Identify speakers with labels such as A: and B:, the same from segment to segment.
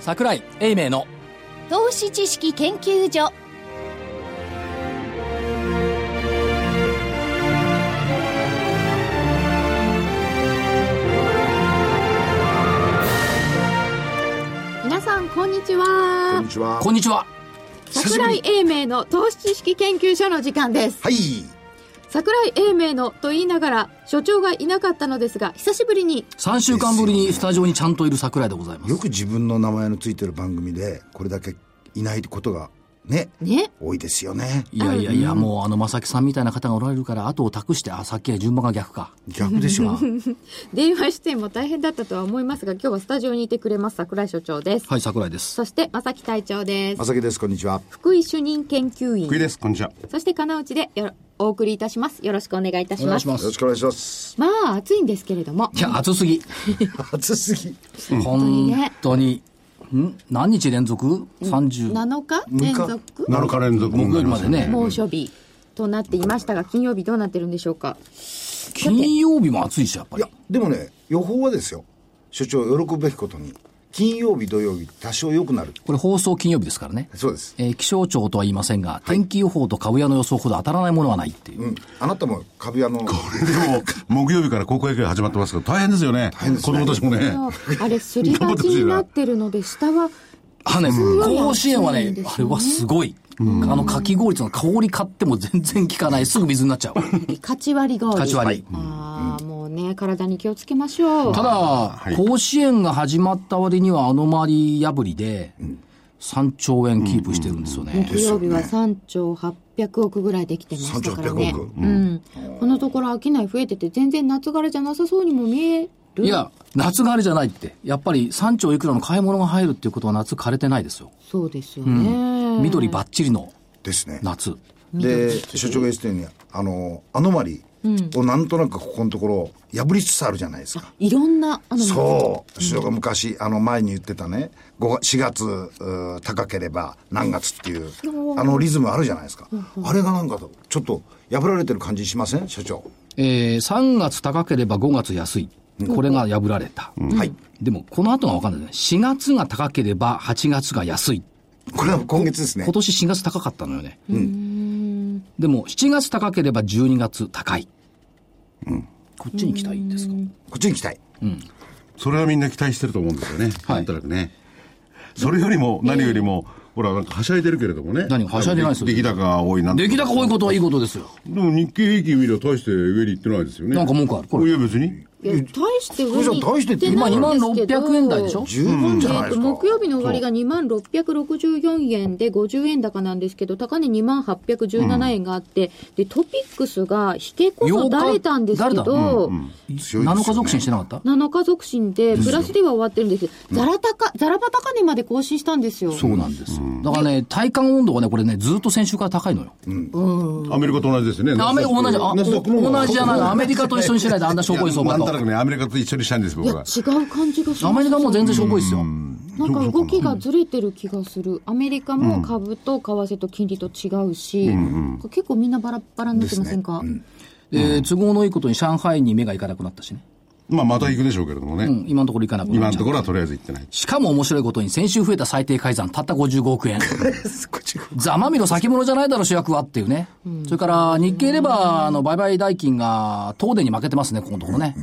A: 桜井英明の
B: 投資知識研究所
C: 皆さんこんにちは
D: こんにちは。
A: こんにちは
C: 桜井英明の投資知識研究所の時間です
D: はい。
C: 桜井英明のと言いながら所長がいなかったのですが久しぶりに
A: 3週間ぶりにスタジオにちゃんといる桜井でございます
D: よく自分の名前のついてる番組で、これだけいないことがね、
C: ね
D: 多いですよね。
A: いやいやいや、もうあの正木さんみたいな方がおられるから後を託してあさっきは順番が逆か
D: 逆で しょ。
C: 電話出演も大変だったとは思いますが今日はスタジオにいてくれます桜井所長です、
A: はい桜井です
C: そして正木隊長です
D: まさきです、こんにちは。
C: 福井主任研究員
E: 福井です、こんにちは。
C: そして金内でよろお送りいたしますよろしくお願いいたし
A: お願
C: ま
A: いし
C: す
A: ま
D: よろ
A: す
D: しくお願いします。
C: まあ暑いんですけれども
A: いや暑すぎ
D: 暑すぎ。
A: 本当にん何日連続 ?30
C: 7日連続
E: 7日連続
A: 木曜日までね
C: 猛暑日となっていましたが金曜日どうなってるんでしょうか
A: 金曜日も暑いしやっぱ
D: い
A: り
D: や、でもね、予報はですよ。所長、喜ぶべきことに、金曜日、土曜日、多少良くなる。
A: これ放送金曜日ですからね
D: そうです。
A: えー気象庁とは言いませんが、天気予報と株屋の予想ほど当たらないものはないっていう。
D: うん。あなたも株屋の、
E: でも、木曜日から高校野球始まってますけど、大変ですよね。子供たちもね。
C: あれすり鉢になってるので下は
A: あのね、甲子園は
C: そうな
A: ね
C: んですよね
A: あれはすごい。あの、かき氷っていうのは香り買っても全然効かない。すぐ水になっちゃう。
C: 勝ち割りが多い
A: 勝ち割り
C: ああもうね体に気をつけましょう
A: ただ、
E: い
A: 甲子園が始まった割にはアノマリ破りで、3兆円キープしてるんですよね。
C: 木曜日は3兆800億ぐらいできてましたからね
D: 3兆800億
C: うん、このところ商い増えてて全然夏枯れじゃなさそうにも見える
A: いや、夏があれじゃないって。やっぱり3兆いくらの買い物が入るっていうことは夏枯れてないですよ。
C: そうですよね、
A: 緑ばっちりの
D: ですね。
A: 夏。
D: で、所長が言ってたように、あの、アノマリをなんとなくここのところ、破りつつあるじゃないですか。
C: いろんなあの
D: そう、首相が昔、あの前に言ってたね、5 4月うー高ければ何月っていう、あのリズムあるじゃないですか。あれがなんかと、ちょっと破られてる感じしません所長。
A: えー、3月高ければ5月安い。これが破られた。
D: はい。
A: でも、この後が分かんないね。4月が高ければ8月が安い。
D: これは今月ですね
A: 今。年4月高かったのよね。でも、7月高ければ12月高い。こっちに期待ですか。
D: こっちに来たい。
E: それはみんな期待してると思うんですよね。
A: はい
E: なんとなくね。それよりも、何よりも、ほら、なんかはしゃいでるけれどもね。
A: 何がはしゃいでないですよ
E: 出来高が多いな。
A: 出来高多いことはいいことですよ。
E: でも日経平均見れば大して上に行ってないですよね。
A: なんか文句あるこれ
E: いや、別に。
C: いや大して上
D: これじゃ
C: に
D: 大してって
C: 行
A: 今
C: って
A: 2
C: な
A: 万
C: いんですけど
A: 600円台でしょ
D: 十分じゃない
C: え
D: で
C: っと
D: すか。
C: 木曜日の終わりが2万664円で50円高なんですけど、高値2万817円があって、で、トピックスが引けこそ耐えたんです
A: 8
C: け
A: 日誰だ
C: ど、
D: いですよね
A: 7日続進してなかった
C: 7日続進で、プラスでは終わってるんですけど、ザラ高、ザラバ高値まで更新したんですよ。
A: そうなんですよ。だからね、体感温度がね、これね、ずっと先週から高いのよ。
E: アメリカと同じですよね。
A: アメリカ同じ、あ、
E: ナスダックも
A: 同じじゃない。アメリカと一緒にしないであんなしょぼい相場
E: なんと
A: と
E: な。くね、アメリカと一緒にしたいんです、
C: い
E: 僕
C: や、
E: は。
C: 違う感じがします。
A: アメリカも全然しょぼいですよ。
C: なんか動きがずれてる気がする。アメリカも株と為替と金利と違うし、結構みんなバラッバラになってませんか
A: で、都合のいいことに上海に目がいかなくなったしね。
E: まあ、また行くでしょうけれども
A: う
E: ね。
A: ん、今のところいかなくなっちゃ
E: 今
A: う
E: のところはとりあえず行ってない。
A: しかも面白いことに先週増えた最低改ざんたった55億円。ざまみろ先物じゃないだろ主役はっていうね。それから日経レバーの売買代金が東電に負けてますね、ここのところね。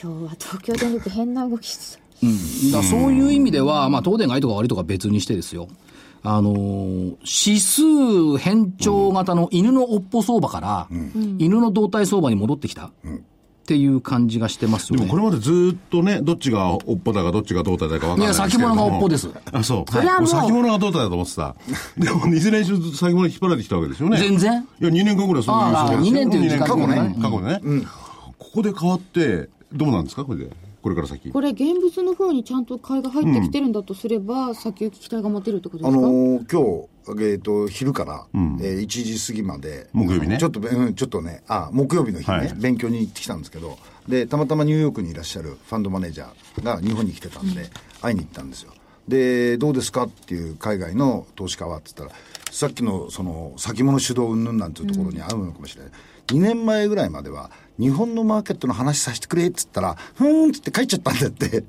C: 今日は東京電力変な動きして
A: だか
C: た
A: らそういう意味では、まあ東電がいいとか悪いとか別にしてですよ。あのー指数変調型の犬のおっぽ相場から、犬の動体相場に戻ってきた、っていう感じがしてますよ
E: で
A: ね。
E: もこれまでずーっとね、どっちがおっぽだかどっちが胴体だか分からないですけれども。
A: いや先物がおっぽです
E: あ、そう。
C: それはもう
E: 俺先物が胴体だと思ってた。でも、いずれにしろ先物引っ張られてきたわけですよね。
A: 全然。
E: いや、2年間ぐらいそういう
A: ああ
E: そう
A: 二年という時間
E: 過
A: が
E: 去ね
A: ね。
E: 過去ね。ここで変わって、どうなんですかこれで。これから先。
C: これ現物の方にちゃんと買いが入ってきてるんだとすれば、先行き期待が持てるってこと
D: あ
C: ですか、
D: のー今日、えっ、と、昼から、えー1時過ぎまで。
E: 木曜日ね
D: ちょっと、うん、ちょっとね、あ、木曜日の日ね、
E: はい
D: 勉強に行ってきたんですけど、で、たまたまニューヨークにいらっしゃるファンドマネージャーが日本に来てたんで、会いに行ったんですよ。で、どうですかっていう海外の投資家はって言ったら、さっきのその先物主導云々なんていうところに合うのかもしれない。2年前ぐらいまでは、日本のマーケットの話させてくれって言ったら、ふーんって言って帰っちゃったんだって。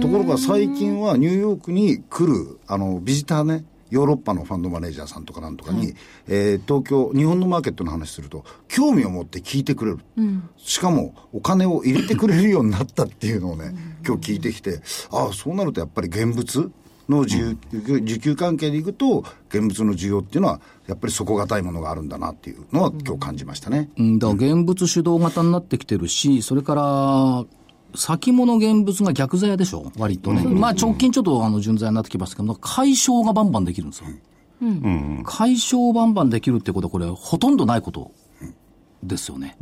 D: ところが最近はニューヨークに来る、あの、ビジターね、ヨーロッパのファンドマネージャーさんとかなんとかに、えー東京、日本のマーケットの話すると、興味を持って聞いてくれる。しかも、お金を入れてくれるようになったっていうのをね、今日聞いてきて、ああ、そうなるとやっぱり現物の需要需給関係でいくと、現物の需要っていうのは、やっぱり底堅いものがあるんだなっていうのは今日感じましたね。
A: うん、だから現物主導型になってきてるし、それから、先物現物が逆ざやでしょ、割とね。まあ直近ちょっとあの順ざやになってきますけど、解消がバンバンできるんですよ。解消バンバンできるってことは、これ、ほとんどないことですよね。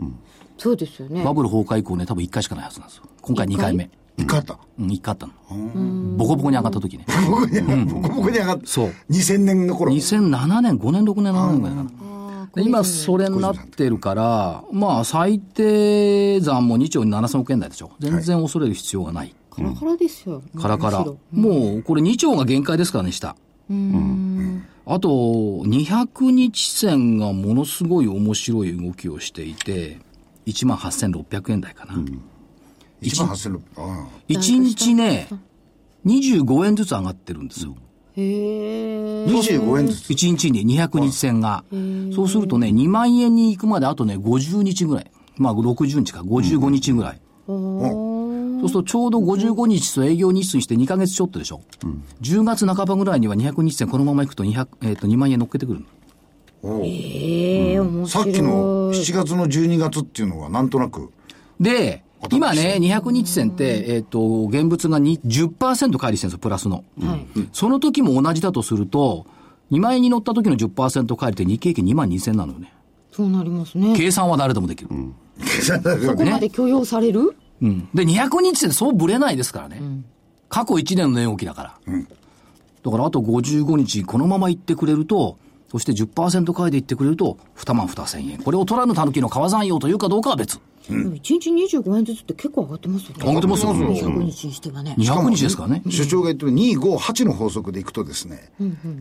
C: そうですよね
A: バ。ブル崩壊以降ね、多分1回しかないはずなんですよ。今回2回目。
D: いかった。
A: うん、1回あったの。ボコボコに上がった時ね。
D: 僕に、ボコボコに上がって、
A: そう
D: 2000年の頃。
A: 2007年、5年、6年、7年ぐらいかな。で今、それになってるから、まあ、最低残も2兆7000億円台でしょ。全然恐れる必要がない。
C: カラカラですよ。
A: カラカラ
C: むしろ。
A: もう、これ2兆が限界ですからね、下。あと、200日線がものすごい面白い動きをしていて、18,600円台かな。
D: 1万8000あ
A: 1日ね、25円ずつ上がってるんですよ。
C: へ
D: あ
C: え。
D: 25円ずつ。
A: 1日に200日線が。そうするとね、2万円に行くまであとね、50日ぐらい。まあ、60日か、55日ぐらい。そうするとちょうど55日と営業日数にして2ヶ月ちょっとでしょ。10月半ばぐらいには200日線このまま行くと200、えっと2万円乗っけてくるの
D: おう
C: へえ、面
D: さ
C: 白
D: っ
C: い。
D: きの7月の12月っていうのがなんとなく、
A: で、今ね、200日線って、えっ、と、現物がに10%返りしてるんですよ、プラスの。
C: はい。
A: その時も同じだとすると、2万円に乗った時の10%返りって日経平均2万2000なのよね。
C: そうなりますね。
A: 計算は誰でもできる。
C: そこまで許容される
A: うんで、200日線そうぶれないですからね。過去1年の値動きだから。だからあと55日このまま行ってくれると、そして10%回で行ってくれると、2万2千円。これを取らぬ狸の川山用というかどうかは別。
C: でも1日25円ずつって結構上がってますよね。
A: 上がってますよ
C: 200日にして はね。
A: 200日ですからね。
D: 所長が言ってる258の法則でいくとですね、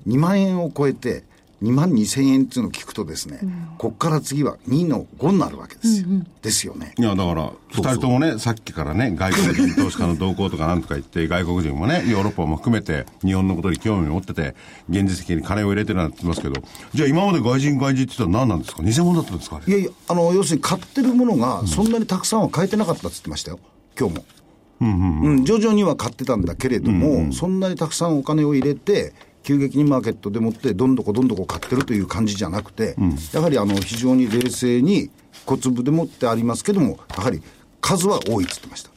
D: 2万円を超えて2万2000円っていうのを聞くとですね、こっから次は2の5になるわけですよ。ですよね。
E: いや、だから、二人ともね、さっきからね、外国人投資家の動向とかなんとか言って、外国人もね、ヨーロッパも含めて、日本のことに興味を持ってて、現実的に金を入れてるなんて言ってますけど、じゃあ今まで外人外人って言ったら何なんですか偽物だったんですかあ
D: い
E: れ。
D: やいや、あの、要するに買ってるものがそんなにたくさんは買えてなかったって言ってましたよ。今日も。うん、徐々には買ってたんだけれども、そんなにたくさんお金を入れて、急激にマーケットでもって、どんどこどんどこ買ってるという感じじゃなくて、やはりあの非常に冷静に、小粒でもってありますけども、やはり数は多いっつってました。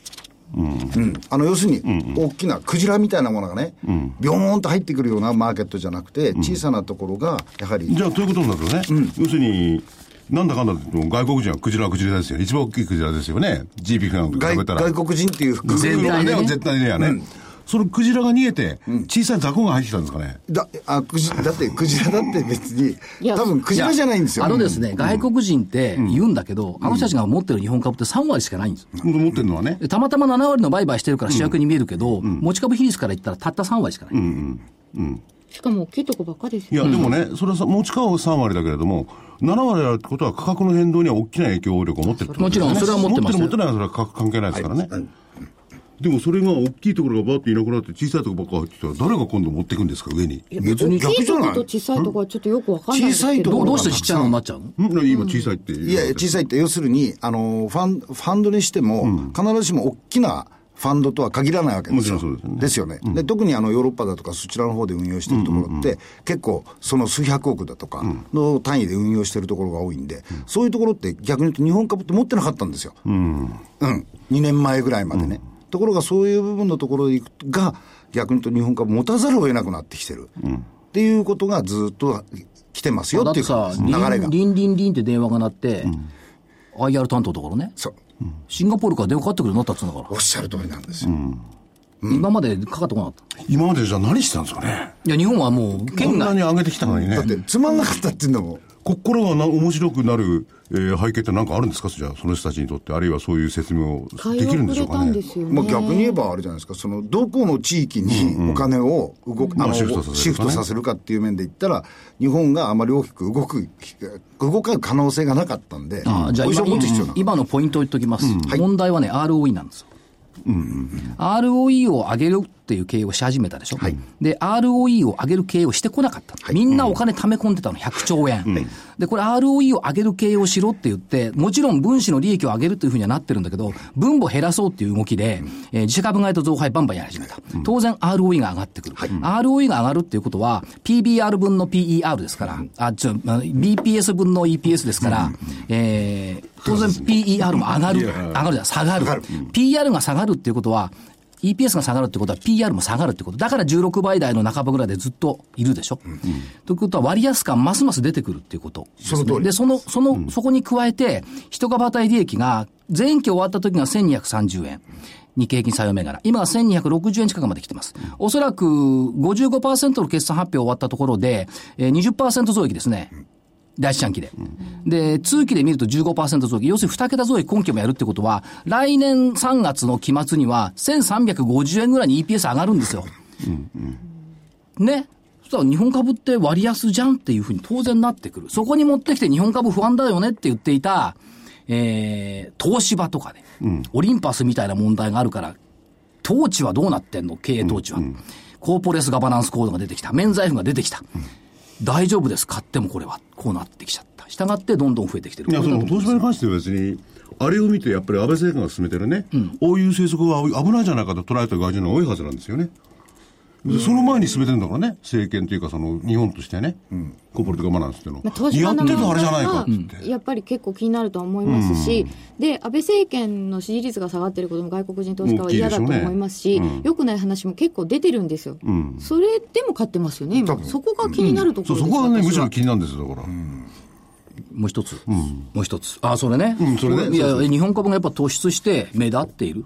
D: うん、あの要するに、大きなクジラみたいなものがね、ビョーンと入ってくるようなマーケットじゃなくて、小さなところがやはり、
E: じゃあ、ということになるとね、要するに、なんだかんだと言っても外国人はクジラはクジラですよ。一番大きいクジラですよね。GDP なんか比
D: 外
E: べたら。
D: 外国人っていう含
A: 全体でね
E: 絶対にはね。そのクジラが逃げて、小さい雑魚が入ってきたんですかね。
D: だあクジだって、クジラだって別に
C: い、や
D: 多分クジラじゃないんですよ。
A: あのですね、外国人って言うんだけど、あの人たちが持ってる日本株って3割しかないんです。
E: 本当持ってるのはね。
A: でたまたま7割の売買してるから主役に見えるけど、持ち株比率から言ったらたった3割しかない。
C: しかも大きいとこばっかです
E: い
C: よ。
E: や、でもね、それはさ、持ち株は3割だけれども、7割あるってことは価格の変動には大きな影響力を持ってるってことですよね
A: もちろんそれは持ってます
E: 持ってる持ってないはそれは価格関係ないですからね。でもそれが大きいところがバーっていなくなって小さいところばっか入ってきたら誰が今度持っていくんですか上に。ん
D: 別に
C: 大き
D: 逆
C: い
D: じ
C: と
D: ゃ
C: こ
D: ない
C: と小さいとこはちょっとよくわかんないです
D: 小さい
C: け
D: とこ
A: ど
D: ろ
A: う
C: ど。
A: どうしてちっちゃなのになっちゃうの
E: 今小さいって
D: いやいや、小さいって、要するに、あの、ファン、ファンドにしても、必ずしも大きなファンドとは限らないわけですよ。
E: もちろんそうですよね
D: ですよね。で、特にあの、ヨーロッパだとか、そちらの方で運用してるところって、結構、その数百億だとかの単位で運用してるところが多いんで、そういうところって逆に言うと日本株って持ってなかったんですよ。うん、2年前ぐらいまでね。ところがそういう部分のところが、逆に言うと日本株持たざるを得なくなってきてる。っていうことがずっと来てますよ
A: だっ
D: っ
A: て
D: い
A: て
D: う
A: さ、
D: 流れが。
A: リンリンリンリンって電話が鳴って、IR 担当ところね、
D: そう。
A: シンガポールから電話かかってくるようになったっつうんだか
D: おっしゃる通りなんですよ。
A: ら、今までかかってこなかった。
E: 今までじゃあ何してたんですかね。
A: いや、日本はもう、
E: こ
A: 県
E: んな
A: 外
E: に。上げてきたのにね
D: だっ。て、つまんなかったっていうのも、
E: 心がな面白くなるえー背景って何かあるんですかじゃあ、その人たちにとって、あるいはそういう説明を
C: 買い
E: できるん
C: 遅
E: でし
C: れ
E: ょうか
C: たん
E: ね。
C: ですよね。
D: まあ、逆に言えばあれじゃないですか、そのどこの地域にお金を動く、あ
E: ま
D: の
E: あシフトさせるとかね
D: シフトさせるかっていう面で言ったら、日本があまり大きく動く、動かう可能性がなかったんで、
A: あじゃあ
D: ポ
A: 今
D: ジションを持つ必要なの
A: 今のポイントを言っておきます、問題はね、ROE なんですよ。ROE を上げるっていう経営をし始めたでしょ、で、ROE を上げる経営をしてこなかった、みんなお金貯め込んでたの、100兆円、で、これ、ROE を上げる経営をしろって言って、もちろん分子の利益を上げるというふうにはなってるんだけど、分母減らそうっていう動きで、えー自社株買いと増配バンバンやり始めた、当然、ROE が上がってくる、ROE が上がるっていうことは、PBR 分の PER ですから、あちょあ BPS 分の EPS ですから、えー当然 PER も上がる、上がるじゃない下がる。PR が下がるっていうことは、EPS が下がるってことは PR も下がるってこと。だから16倍台の半ばぐらいでずっといるでしょ。ということは割安感ますます出てくるっていうことですね、
D: その通り
A: で、その、その、そこに加えて、人株当たり利益が、前期終わった時が1230円。日経平均採用銘柄。今は1260円近くまで来てます。おそらく55%の決算発表終わったところで、えー20%増益ですね。第一四半期で。で、通期で見ると15%増益。要するに2桁増益今期もやるってことは、来年3月の期末には1350円ぐらいに EPS 上がるんですよ。ね。そしたら日本株って割安じゃんっていうふうに当然なってくる。そこに持ってきて日本株不安だよねって言っていた、えー、東芝とかね、オリンパスみたいな問題があるから、統治はどうなってんの経営統治は。コーポレスガバナンスコードが出てきた。免罪符が出てきた。大丈夫です。買ってもこれは。こうなってきちゃった。従ってどんどん増えてきてる。
E: いや、そ
A: これ
E: の
A: だと思う
E: 東芝に関しては別に、あれを見て、やっぱり安倍政権が進めてるね、こういう政策は危ないじゃないかと捉えた外人が多いはずなんですよね。でその前に進めてるんだからね、政権というか、その日本としてね、コーポレートガバナンスっていうの、
C: まあ、投資
E: や
C: 家
E: っ
C: の
E: てたあれじゃない
C: 方
E: かっ
C: は
E: て言って、
C: やっぱり結構気になると思いますし、で、安倍政権の支持率が下がってることも外国人投資家は嫌だと思いますし、
E: 大きいでしょうねうん
C: 良くない話も結構出てるんですよ。それでも買ってますよね、今。そこが気になるとこ
E: そう
C: ろで
E: そ
C: す、
E: こはね、む
C: 私
E: しろ気になるんですよ、だから。
A: もう一つ。もう一つ。あ、それね。
E: んそれね
A: いや
E: そうそ
A: 日本株がやっぱ突出して目立っている。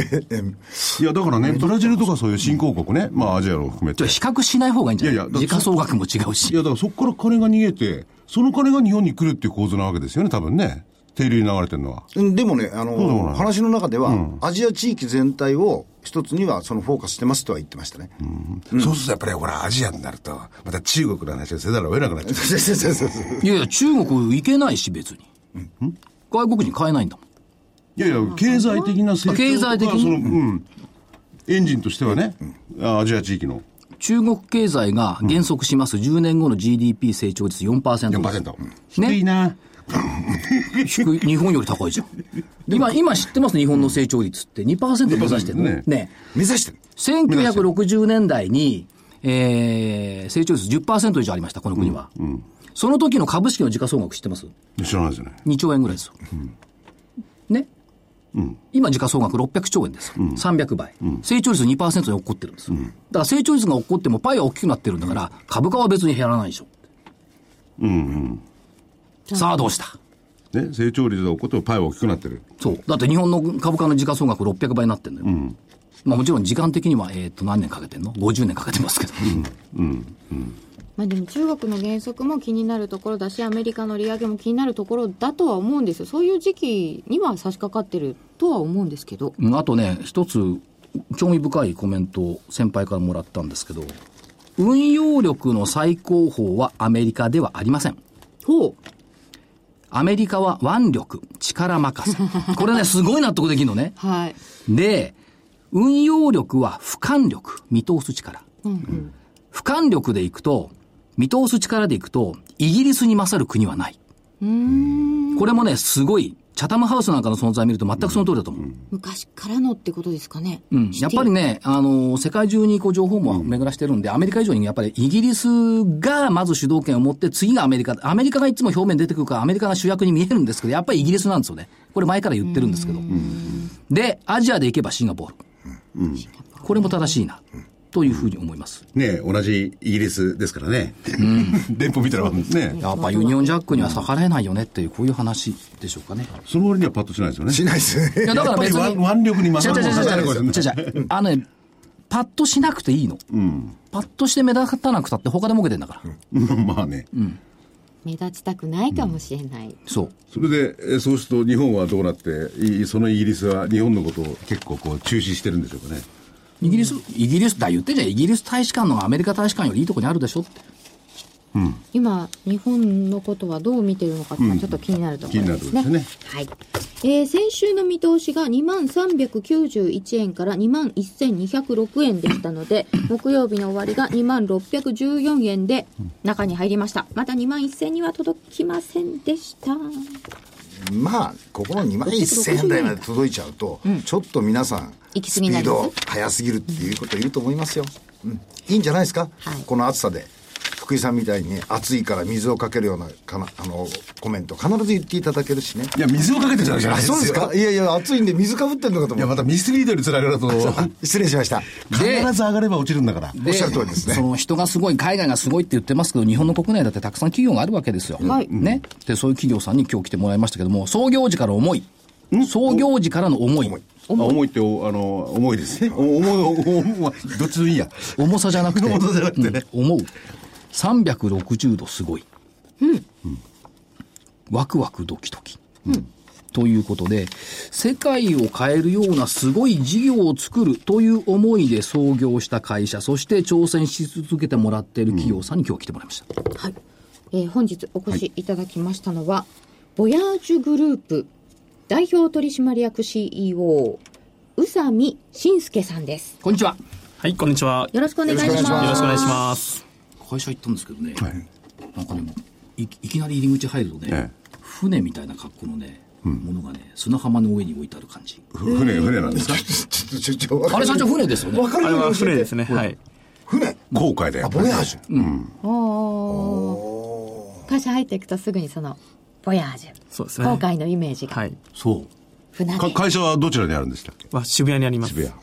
E: いや、だからね、ブラジルとかそういう新興国ね、まあアジアを含め
A: じ
E: て。
A: ゃあ
E: い
A: 比較しない方がいいんじゃない
E: いやいやだ
A: 時価総額も違うし。
E: や、だからそこから金が逃げて、その金が日本に来るっていう構図なわけですよね、多分ね。定流に流れてるのは。
D: うん でもね、あ
E: うでもな
D: の、
E: い
D: 話の中では、アジア地域全体を一つにはそのフォーカスしてますとは言ってましたね。
F: そうするとやっぱりほら、アジアになると、また中国の話をせざるを得なくなっちゃう。
D: そうそうそうそう
A: いやいや、中国行けないし、別に。外国人買えないんだもん。
E: いやいや、経済的な成長
A: 経済的に
E: がその、うん。エンジンとしてはね、あアジア地域の。
A: 中国経済が減速します。10年後の GDP 成長率4%。
E: 4%。
A: ね
E: 低いな。
A: 低い。日本より高いじゃん。今、今知ってます日本の成長率って2%目指してるの
E: ね
A: ね。
D: 目指してる。
A: 1960年代に、えー、成長率10%以上ありました、この国は。その時の株式の時価総額知ってます
E: 知らないですよね。
A: 2兆円ぐらいですよ。ね、今、時価総額600兆円ですよ。300倍。成長率2%に起こってるんですよ。だから成長率が起こってもパイは大きくなってるんだから、株価は別に減らないでしょ。さあ、どうした
E: ね、成長率が起こってもパイは大きくなってる。
A: そう。だって日本の株価の時価総額600倍になってるのよ。まあもちろん時間的には、えっ、と、何年かけてんの ?50 年かけてますけど。
C: まあ、でも中国の減速も気になるところだし、アメリカの利上げも気になるところだとは思うんですよ、そういう時期には差し掛かってるとは思うんですけど、
A: うんあとね、一つ、興味深いコメントを先輩からもらったんですけど、運用力の最高峰はアメリカではありません。
C: ほう、
A: アメリカは腕力、力任せ。 これね、すごい納得できるのね。
C: はい、
A: で、運用力は俯瞰力、見通す力。俯瞰力でいくと、見通す力でいくと、イギリスに勝る国はない。これもね、すごい、チャタムハウスなんかの存在を見ると全くその通りだと思う。
C: 昔からのってことですかね、
A: うんやっぱりね、あの、世界中にこう情報も巡らしてるんで、アメリカ以上にやっぱりイギリスがまず主導権を持って、次がアメリカ。アメリカがいつも表面に出てくるから、アメリカが主役に見えるんですけど、やっぱりイギリスなんですよね。これ前から言ってるんですけど。で、アジアで行けばシンガポール。これも正しいな、というふうに思います。
F: ね同じイギリスですからね。
E: 連邦みたいなもんですね。
A: やっぱユニオンジャックには逆らえないよねっていう、こういう話でしょうかね。
E: その割にはパッとしないですよね。
D: しないです
A: い
D: ね。
A: や、だから別
E: やっぱ
A: に。
E: り腕力に勝
A: 違う
E: る
A: 違う
E: もの
A: 違
E: は
A: う違う違う違う違うあのね、パッとしなくていいの。パッとして目立たなくたって他で儲けてんだから。
E: まあね。
C: 目立ちたくないかもしれない、
A: そう。
E: それで、えーそうすると日本はどうなって、いそのイギリスは日本のことを結構こう中止してるんでしょうかね。
A: イギリス、イギリス、だ言ってんじゃん。イギリス大使館の方がアメリカ大使館よりいいとこにあるでしょって。
C: 今日本のことはどう見てるのかっていうのはちょっと気になるところですね,、
E: 気になると
C: はい、えー先週の見通しが2万391円から2万1206円でしたので木曜日の終わりが2万614円で中に入りましたまた2万1000には届きませんでした
D: まあここの2万1000円台まで届いちゃうと、ちょっと皆さん
C: 行き過
D: ス
C: ぎに
D: ピ
C: な
D: ー
C: ります
D: ド速すぎるっていうこと言うと思いますよ、うん、いいんじゃないですか、
C: はい
D: この暑さで福井さんみたいにね暑いから水をかけるようなかなあのコメント必ず言っていただけるしね
F: いや、水をかけてるわけじゃな
D: あ
F: いです
D: そう
F: よ。
D: ですかいやいや暑いんで水かぶってんのかと
F: いや、
D: 思っ
F: ま
D: た
F: たミスリードにつながると、
D: 失礼しました
F: 必ず上がれば落ちるんだから。
A: で
D: おっしゃる通りですね
A: その人がすごい、海外がすごいって言ってますけど、日本の国内だってたくさん企業があるわけですよ。
C: はい
A: ね。で、そういう企業さんに今日来てもらいましたけども、創業時から思い。創業時からの思い。
E: 重い重いってお、あの、重いですね。お重い、お重い、どっちでもいいや。
A: 重さじゃなくて、
E: 重さじゃなくてね
A: うん思う。360度すごい。ワクワクドキドキ。ということで、世界を変えるようなすごい事業を作るという思いで創業した会社、そして挑戦し続けてもらっている企業さんに今日来てもらいました。
C: はい、えー本日お越しいただきましたのは、ボヤージュグループ代表取締役 CEO 宇佐美信介さんです
A: こんにちは。
G: はい、こんにちは。
C: よろしくお願いします
D: よろしくお願いし
G: よろしくお願いします。
A: 会社行ったんですけどね、なんかねいいきなり入り口入るとね、
E: え
A: 船みたいな格好のね、ものがね砂浜の上に置いてある感じ
E: ふ船、船なんですか
D: ちょっとちょちょわか
A: あれ
D: る
A: 社長船ですよね
D: わか
G: あ
D: る
G: れ
D: よう
G: は
D: に教
G: 船
D: え
G: で
D: て
G: すね。はい。
D: 船
F: 後悔だ
D: あ
F: よ。
D: ボヤージュ
C: おー会社入っていくとすぐにそのボヤージュ
G: そうですね。
C: 今回のイメージが
G: はい。
A: そう
C: 船で、
E: か会社はどちらにあるんでしたっけ
G: は渋谷にあります。
E: 渋谷。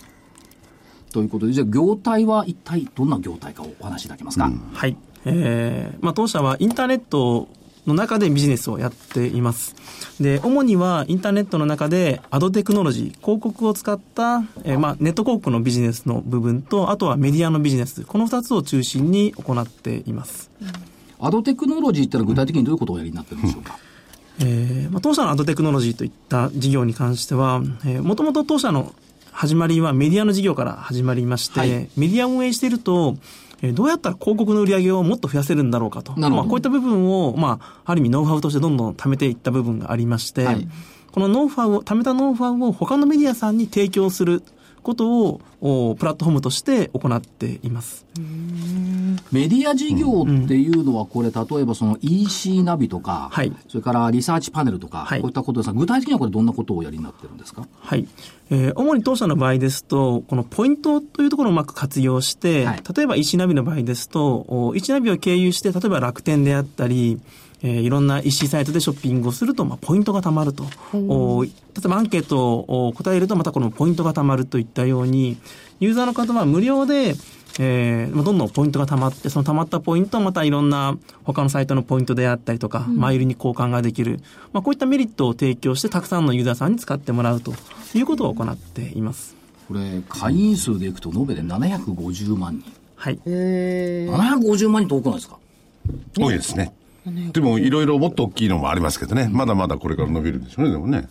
A: ということでじゃあ業態は一体どんな業態かをお話しいただけますか、
G: はい。えー、まあ当社はインターネットの中でビジネスをやっています。で、主にはインターネットの中でアドテクノロジー、広告を使った、えー、まあネット広告のビジネスの部分と、あとはメディアのビジネス、この二つを中心に行っています。
A: アドテクノロジーってのは具体的にどういうことをおやりになってるんでしょうか、
G: えーまあ、当社のアドテクノロジーといった事業に関しては、えー、もともと当社の始まりはメディアの事業から始まりまして、
A: はい
G: メディアを運営していると、えーどうやったら広告の売り上げをもっと増やせるんだろうかと。
A: なるほど
G: まあ、こういった部分を、まあ、ある意味ノウハウとしてどんどん貯めていった部分がありまして、
A: はい
G: このノウハウを、貯めたノウハウを他のメディアさんに提供することを、おプラットフォームとして行っています。
A: メディア事業っていうのはこれ例えばその EC ナビとか、
G: はい
A: それからリサーチパネルとか、
G: はい
A: こういったことですが具体的にはこれどんなことをおやりになってるんですか
G: はい。えー主に当社の場合ですと、このポイントというところをうまく活用して、
A: はい
G: 例えば石ナビの場合ですと、お石ナビを経由して、例えば楽天であったり、えーいろんな石サイトでショッピングをすると、まあ、ポイントが貯まると。お例えばアンケートを答えると、またこのポイントが貯まるといったように、ユーザーの方は無料で、えーまあどんどんポイントが貯まって、その貯まったポイントをまたいろんな他のサイトのポイントであったりとか、マイルに交換ができる。まあ、こういったメリットを提供して、たくさんのユーザーさんに使ってもらうということを行っています。
A: これ会員数でいくと延べで750万人
G: はい。
A: 750万人と多くないですか
E: 多いですね。でも、いろいろもっと大きいのもありますけどね。まだまだこれから伸びるんでしょうね、でもね。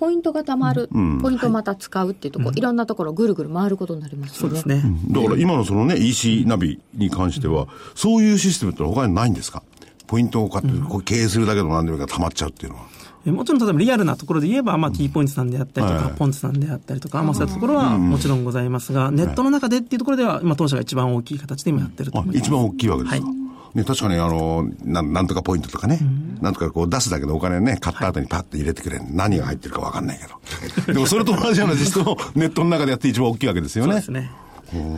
C: ポイントがたまる、ポイントをまた使うっていうところ、い、ろんなところぐるぐる回ることになります
G: そ
C: よ
G: う
C: ね
G: ですね。
E: だから今のそのね、EC ナビに関しては、そういうシステムって他にないんですかポイントを買って、こう経営するだけでも何でもいいから溜まっちゃうっていうのは。
G: えーもちろん、例えばリアルなところで言えば、まあ、T ポイントさんであったりとか、
E: はい
G: ポンツさんであったりとか、まあ、そういったところはもちろんございますが、ネットの中でっていうところでは、今、当社が一番大きい形で今やってると
E: あ
G: 思います。
E: 一番大きいわけですか。
G: はい
E: ね、確かにあのなん、なんとかポイントとかね、なんとかこう出すだけのお金ね、買った後にパッて入れてくれる、何が入ってるかわかんないけど。でもそれと同じような実装を ネットの中でやって一番大きいわけですよ
G: そう
E: ね
G: です。ね。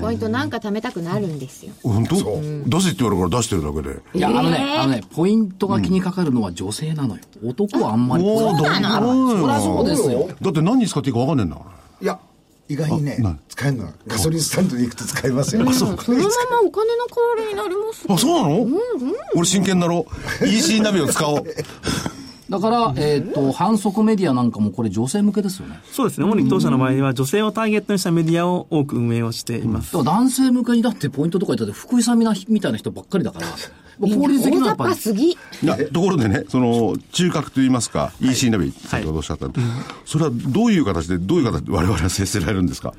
C: ポイントなんか貯めたくなるんですよ、
E: 本当出せって言われるから出してるだけで。
A: いや、あのね、あのね、ポイントが気にかかるのは女性なのよ。男はあんまり。
E: おー
A: そ
E: どうなの
A: りゃそうですよ。
E: だって何に使っていいかわかんねえんだから。
D: いや意外にね使えるのはガソリンスタンドに行くと使えますよ、そう
C: そのままお金の代わりになります
E: あ、そうなの、俺真剣だろ ?EC ナビを使おう。
A: だから、えっ、と、反則メディアなんかもこれ女性向けですよね。
G: そうですね。主に当社の場合は、女性をターゲットにしたメディアを多く運営をしていま す。
A: だから男性向けにだってポイントとか言ったって、福井さんみなみたいな人ばっかりだから、まあ効率的なのはや
C: 大
A: っぱ
C: 雑把すぎ。
E: いやところでね、その中核といいますか、EC ナビ、先ほどおっしゃった、それはどういう形で、どういう形で我々は接せられるんですか、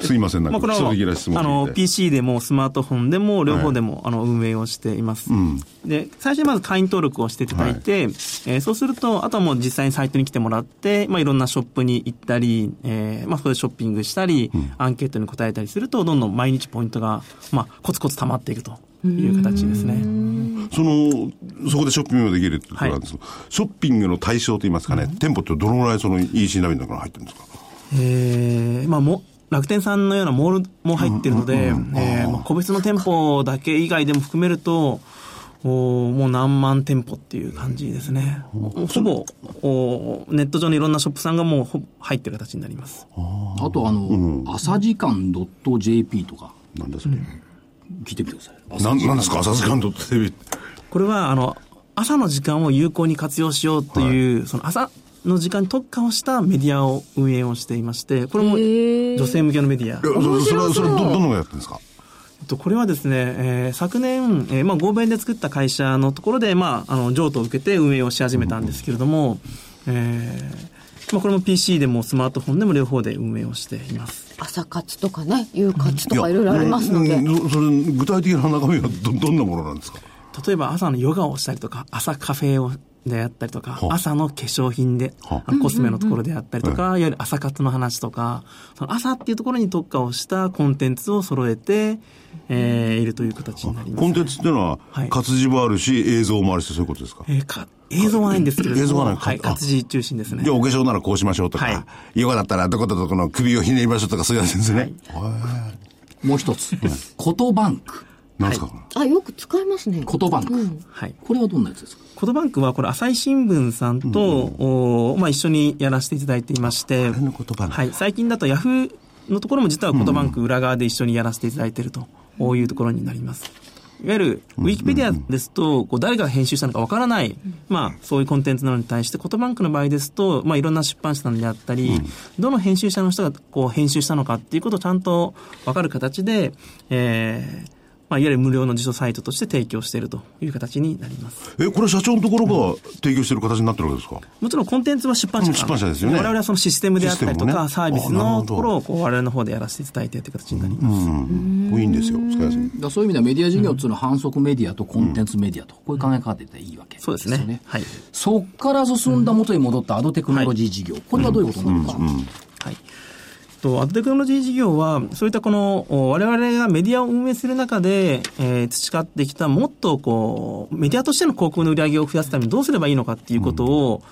E: すいません、なん
G: ま
E: か
G: あ、これ
E: 基礎的な質問
G: はあの
E: で言って
G: PC でもスマートフォンでも両方でも、あの運営をしています、で最初にまず会員登録をしていただいて、えーそうするとあとはもう実際にサイトに来てもらって、まあ、いろんなショップに行ったり、えーまあ、そこでショッピングしたり、アンケートに答えたりするとどんどん毎日ポイントが、まあ、コツコツ溜まっていくという形ですね。
E: その、そこでショッピングができるってことなんですけど、ショッピングの対象といいますかね、店舗ってどのぐらいその EC ナビの中に入ってるんですか。
G: えーまあも楽天さんのようなモールも入ってるので、えーまあ個別の店舗だけ以外でも含めると、おーもう何万店舗っていう感じですね。ほぼ、おーネット上のいろんなショップさんがもうほぼ入ってる形になります。
A: あとあの、朝時間 .jp とか
E: なんだそれ。
A: 聞いてみてください。
E: なんなんですか朝時間とテレビ。
G: これは、あの、朝の時間を有効に活用しようという、その朝の時間に特化をしたメディアを運営をしていまして、これも女性向けのメディア。
E: それ、それ、それど、どのがやってるんですか
G: えっとこれはですね、えー昨年、えーまあ、合弁で作った会社のところで、まあ、あの譲渡を受けて運営をし始めたんですけれども、えーまあ、これも PC でもスマートフォンでも両方で運営をしています。
C: 朝活とかね、夕活とかいろいろありますので。
E: うんうんそそれ、具体的な中身はど、どんなものなんですか
G: 例えば朝のヨガをしたりとか、朝カフェをであったりとか、
E: は
G: 朝の化粧品で、
E: は
G: あのコスメのところであったりとか、いわゆる朝活の話とか、その朝っていうところに特化をしたコンテンツを揃えて、えーいるという形になります。
E: コンテンツっていうのは、
G: はい
E: 活字もあるし、映像もあるし、そういうことですか
G: えーか映像はないんですけれども、
E: 映像はないか
G: はい、
E: あ
G: 活字中心ですね
E: じゃ。あ、お化粧ならこうしましょうとか、
G: は
E: ヨガだったらどことどこの首をひねりましょうとか、そういうやつですね。
A: もう一つ。ことバンク。
E: なんですか、
C: あ、よく使いますね。
A: ことバンク。
G: はい。
A: これはどんなやつですか
G: コドバンクは、これ、朝日新聞さんと、おまあ、一緒にやらせていただいていまし
E: れ
G: て、
E: のコトバンク
G: はい。最近だと、ヤフーのところも実はコドバンク裏側で一緒にやらせていただいているとこういうところになります。いわゆる、ウィキペディアですと、こう誰が編集したのかわからない、まあ、そういうコンテンツなのに対して、コトバンクの場合ですと、まあ、いろんな出版社さんであったり、どの編集者の人が、こう、編集したのかっていうことをちゃんとわかる形で、えー、まあ、いわゆる無料の辞書サイトとして提供しているという形になります。
E: え、これ社長のところが提供してる形になってるわけですか
G: もちろんコンテンツは出版社から
E: 出版社ですよね
G: 我々はそのシステムであったりと
E: システム
G: か、
E: もね
G: サービス
E: あなる
G: の
E: ほど
G: ところをこう我々の方でやらせていただいてという形になります。
E: うん。これいいんですよ、使いやすい。
A: だからそういう意味ではメディア事業っていうのは反則メディアとコンテンツメディアと、こういう考え方でいいわけです
G: そう
A: よ
G: ですね。はい。
A: そっから進んだ元に戻ったアドテクノロジー事業。これはどういうことなのか。
G: はい。と、アドテクノロジー事業は、そういったこの、お我々がメディアを運営する中で、えー培ってきた、もっとこう、メディアとしての広告の売り上げを増やすためにどうすればいいのかっていうことを、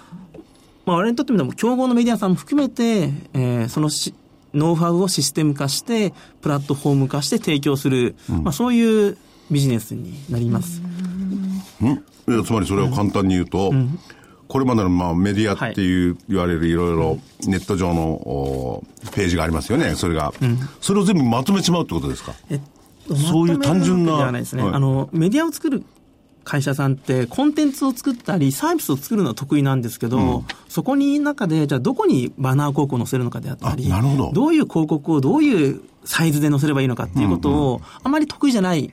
G: まあ、我々にとってみても、競合のメディアさんも含めて、えーそのし、ノウハウをシステム化して、プラットフォーム化して提供する、まあ、そういうビジネスになります。
E: うんいやつまりそれを簡単に言うと、これまでのまあメディアっていう、言われるいろいろネット上のおページがありますよね、それが、それを全部まとめちまうってことですか。
G: えっと
E: そういう単純な
G: まとめるわけではないですね、
E: はい
G: あのメディアを作る会社さんってコンテンツを作ったりサービスを作るのは得意なんですけど、そこに中でじゃあどこにバナー広告を載せるのかであったり
E: あなるほど
G: ういう広告をどういうサイズで載せればいいのかっていうことを、あまり得意じゃない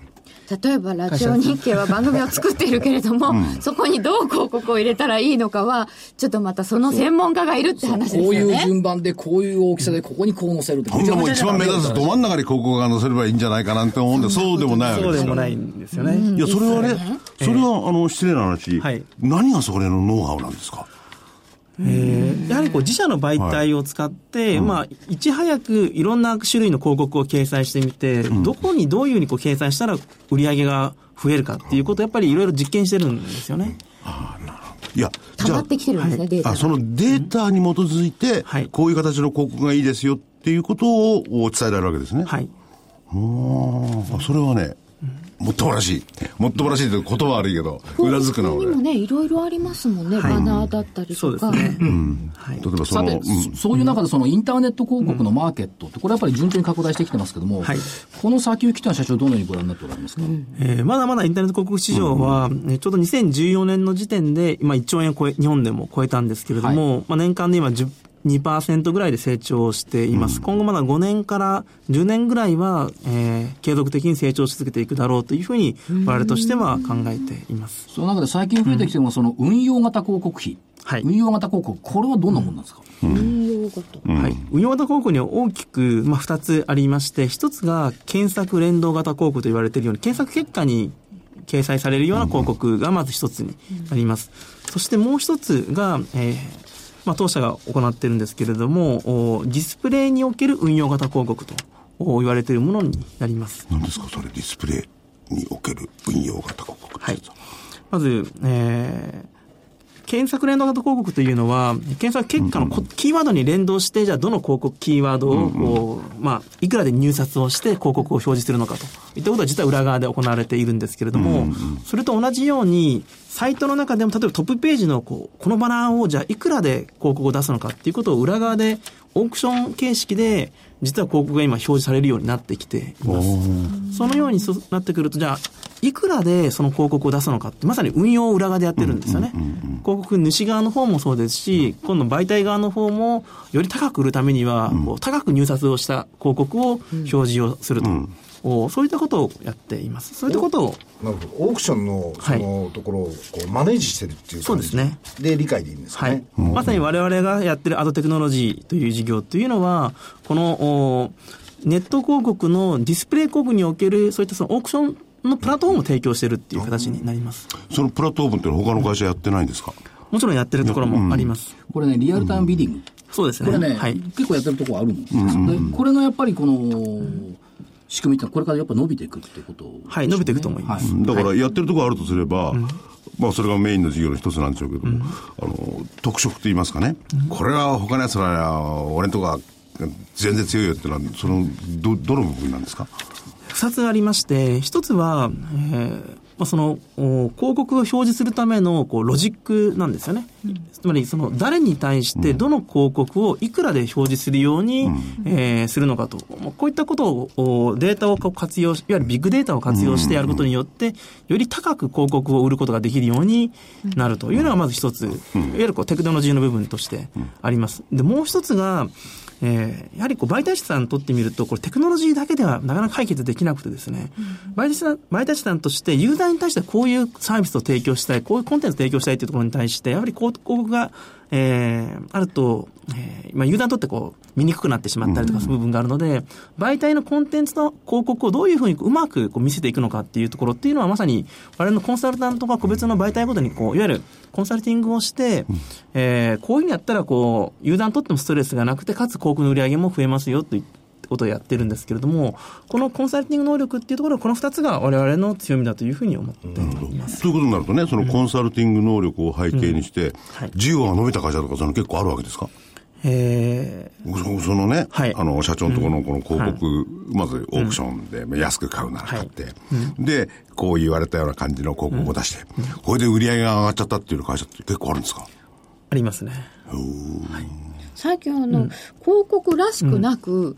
C: 例えば、ラジオ日経は番組を作っているけれども、そこにどう広告を入れたらいいのかは、ちょっとまたその専門家がいるって話で
A: こ
C: す
A: うい
C: よ
A: う
C: ね。
A: 順番で、こういう大きさで、ここにこう載せるって。
E: こんなもん一番目立つど真ん中に広告が載せればいいんじゃないかなって思うんで、そうでもないわけ
G: そう
E: で
G: ですも
E: よ。
G: ないんですよね、
E: いや、それはね、それはあの失礼な話、
G: はい
E: 何がそれのノウハウなんですか。
G: えーやはりこう自社の媒体を使って、まあ、いち早くいろんな種類の広告を掲載してみて、どこにどういうふうにこう掲載したら売り上げが増えるかっていうことをやっぱりいろいろ実験してるんですよね。
E: いや、
C: 溜まってきてるんですね、データ
E: あ
C: が。
E: そのデータに基づいて
G: はい、
E: こういう形の広告がいいですよっていうことをお伝えられるわけですね。
G: はい。
E: あそれはね、もっともらしい。もっともらしいという言葉は悪いけど、うなずくな
C: 広告に
E: 俺。例
C: もね、いろいろありますもんね。バナーだったり
G: そう
C: と
G: です
C: か。
G: ね。はい。
E: えばそ
A: さ
E: の、
A: て、
E: うん
A: そそういう中でそのインターネット広告のマーケットって、これやっぱり順調に拡大してきてますけども、
G: はい
A: この先行きというのは社長どのようにご覧になっておられますか、
G: えーまだまだインターネット広告市場は、えーちょうど2014年の時点で、今1兆円を超え、日本でも超えたんですけれども、まあ年間で今10 2%ぐらいで成長しています。今後まだ5年から10年ぐらいは、えー継続的に成長し続けていくだろうというふうに、我々としては考えています。
A: その中で最近増えてきてるのが、その運用型広告費。
G: はい
A: 運用型広告、これはどんなもんなんですか、
C: 運用型。
G: はい、運用型広告には大きく、まあ、2つありまして1つが検索連動型広告と言われているように検索結果に掲載されるような広告がまず1つになります、そしてもう1つが、えーまあ、当社が行っているんですけれどもおディスプレイにおける運用型広告とお言われているものになります
F: 何ですかそれディスプレイにおける運用型広告
G: はい。まず、えー検索連動型広告というのは、検索結果のこキーワードに連動して、じゃあどの広告、キーワードをこう、まあ、いくらで入札をして広告を表示するのかといったことは実は裏側で行われているんですけれども、それと同じように、サイトの中でも、例えばトップページのこうこのバナーをじゃあいくらで広告を出すのかっていうことを裏側でオークション形式で実は広告が今表示されるようになってきています。そのようにそなってくると、じゃあ、いくらでその広告を出すのかって、まさに運用を裏側でやってるんですよね。広告主側の方もそうですし、今度媒体側の方も、より高く売るためには、こう高く入札をした広告を表示をすると。おそういったことをやっています。そういったことを、
D: なるほどオークションのそのところをこうマネージしてるっていう
G: そ
D: 感
G: うで
D: じ
G: すね。
D: で理解でいいんですか
G: は
D: ね、
G: い、まさに我々がやってるアドテクノロジーという事業というのは、このおネット広告のディスプレイ広告における、そういったそのオークションのプラットフォームを提供してるっていう形になります。
E: そのプラットフォームってのは他の会社やってないんですか
G: もちろんやってるところもあります。
A: これね、リアルタイムビディング。
G: そうです
A: こ
G: ね。
A: れね、
G: はい。
A: 結構やってるとこあるんですよ、でこれのやっぱりこの、仕組みってのはこれからやっぱ伸びていくってこと、
G: はい伸びていくと思います
A: は
E: だからやってるところあるとすれば、まあそれがメインの事業の一つなんでしょうけども、あの特色と言いますかね、
F: これは他のやつら俺んとこは全然強いよってのはそのどどの部分なんですか
G: 二つありまして、一つは、えーまあ、その、お広告を表示するための、こう、ロジックなんですよね。つまり、その、誰に対して、どの広告をいくらで表示するように、えーするのかと。もうこういったことを、おデータをこう活用し、いわゆるビッグデータを活用してやることによって、より高く広告を売ることができるようになるというのが、まず一つ、いわゆるこう、テクノロジーの部分としてあります。で、もう一つが、えーやはりこう媒体資産にとってみると、これテクノロジーだけではなかなか解決できなくてですね、媒体資産媒体資産としてユーザーに対してこういうサービスを提供したい、こういうコンテンツを提供したいというところに対して、やはり広告が、えーあると、えーまあ、ユーザーにとってこう見にくくなってしまったりとかする部分があるので、媒体のコンテンツの広告をどういうふうにこううまくこう見せていくのかっていうところっていうのはまさに我々のコンサルタントが個別の媒体ごとにこういわゆるコンサルティングをして、えーこういうふうにやったらこうユーザーにとってもストレスがなくてかつ広告の売り上げも増えますよということをやってるんですけれどもこのコンサルティング能力っていうところこの2つが我々の強みだというふうに思っています。
E: ということになるとねそのコンサルティング能力を背景にして、
G: はい
E: 事業が伸びた会社とかその結構あるわけですか
G: えー
E: そそのね、
G: はい
E: あの社長のところのこの広告、まずオークションでまあ安く買うなら買って、でこう言われたような感じの広告を出して、これで売り上げが上がっちゃったっていう会社って結構あるんですか
G: ありますね。
C: 最近あの、広告らしくなく、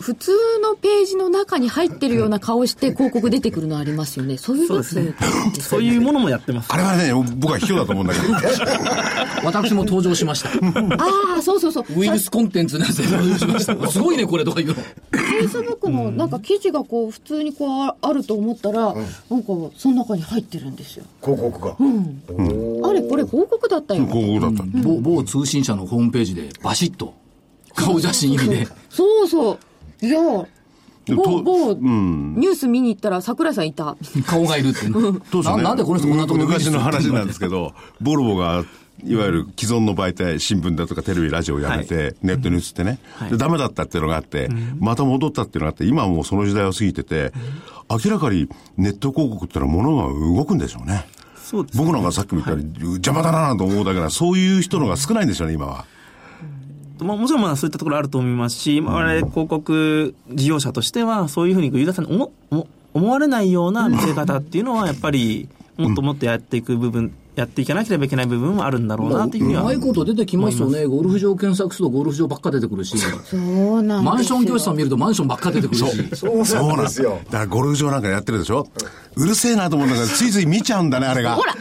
C: 普通のページの中に入ってるような顔して広告出てくるのありますよね。そういうのって
G: そうでそういうものもやってます
E: あ。れはね僕は卑怯だと思うんだけど
A: い私も登場しました。
C: ああ、そうそうそう。
A: ウイルスコンテンツなんて登場しました。すごいね、これとか言うの。
C: フェイスブックのなんか記事がこう普通にこうああると思ったら、なんかその中に入ってるんですよ。
D: 広告が、
C: あれこれ広告だったよ。
E: 広告だった、
A: 某某通信社のホームページでバシッと顔写真入りで。
C: そうそう。いや、
E: でも
C: 某
E: と
C: 某
E: うん
C: ニュース見に行ったら桜井さんいた。
A: 顔がいるっていうね
E: 当初
A: な
E: ね、
A: なんでこの人こんなとこで
E: 昔の話なんですすけど、ボルボが、いわゆる既存の媒体、新聞だとかテレビ、ラジオをやめて、ネットに移ってね、
G: はい
E: で、ダメだったっていうのがあって、また戻ったっていうのがあって、今はもうその時代を過ぎてて、明らかにネット広告ってのは物が動くんでしょうね。
G: そうですね
E: 僕なんかさっきも言ったように、邪魔だなと思うだけな、そういう人のが少ないんでしょうね、今は。
G: まあ、もちろんまあそういったところあると思いますし、まあ、我々広告事業者としては、そういうふうにユーザーさんに思思思われないような見せ方っていうのは、やっぱり、もっともっとやっていく部分、やっていかなければいけない部分もあるんだろうなというふうに
A: う
G: は。
A: まいこと出てきますよね。ゴルフ場検索するとゴルフ場ばっか出てくるし、
C: そうなん
A: マンション教室さん見るとマンションばっか出てくるし。
D: そうなんですよ
E: だからゴルフ場なんかやってるでしょうるせえなと思うんだけど、ついつい見ちゃうんだね、あれが。
C: ほら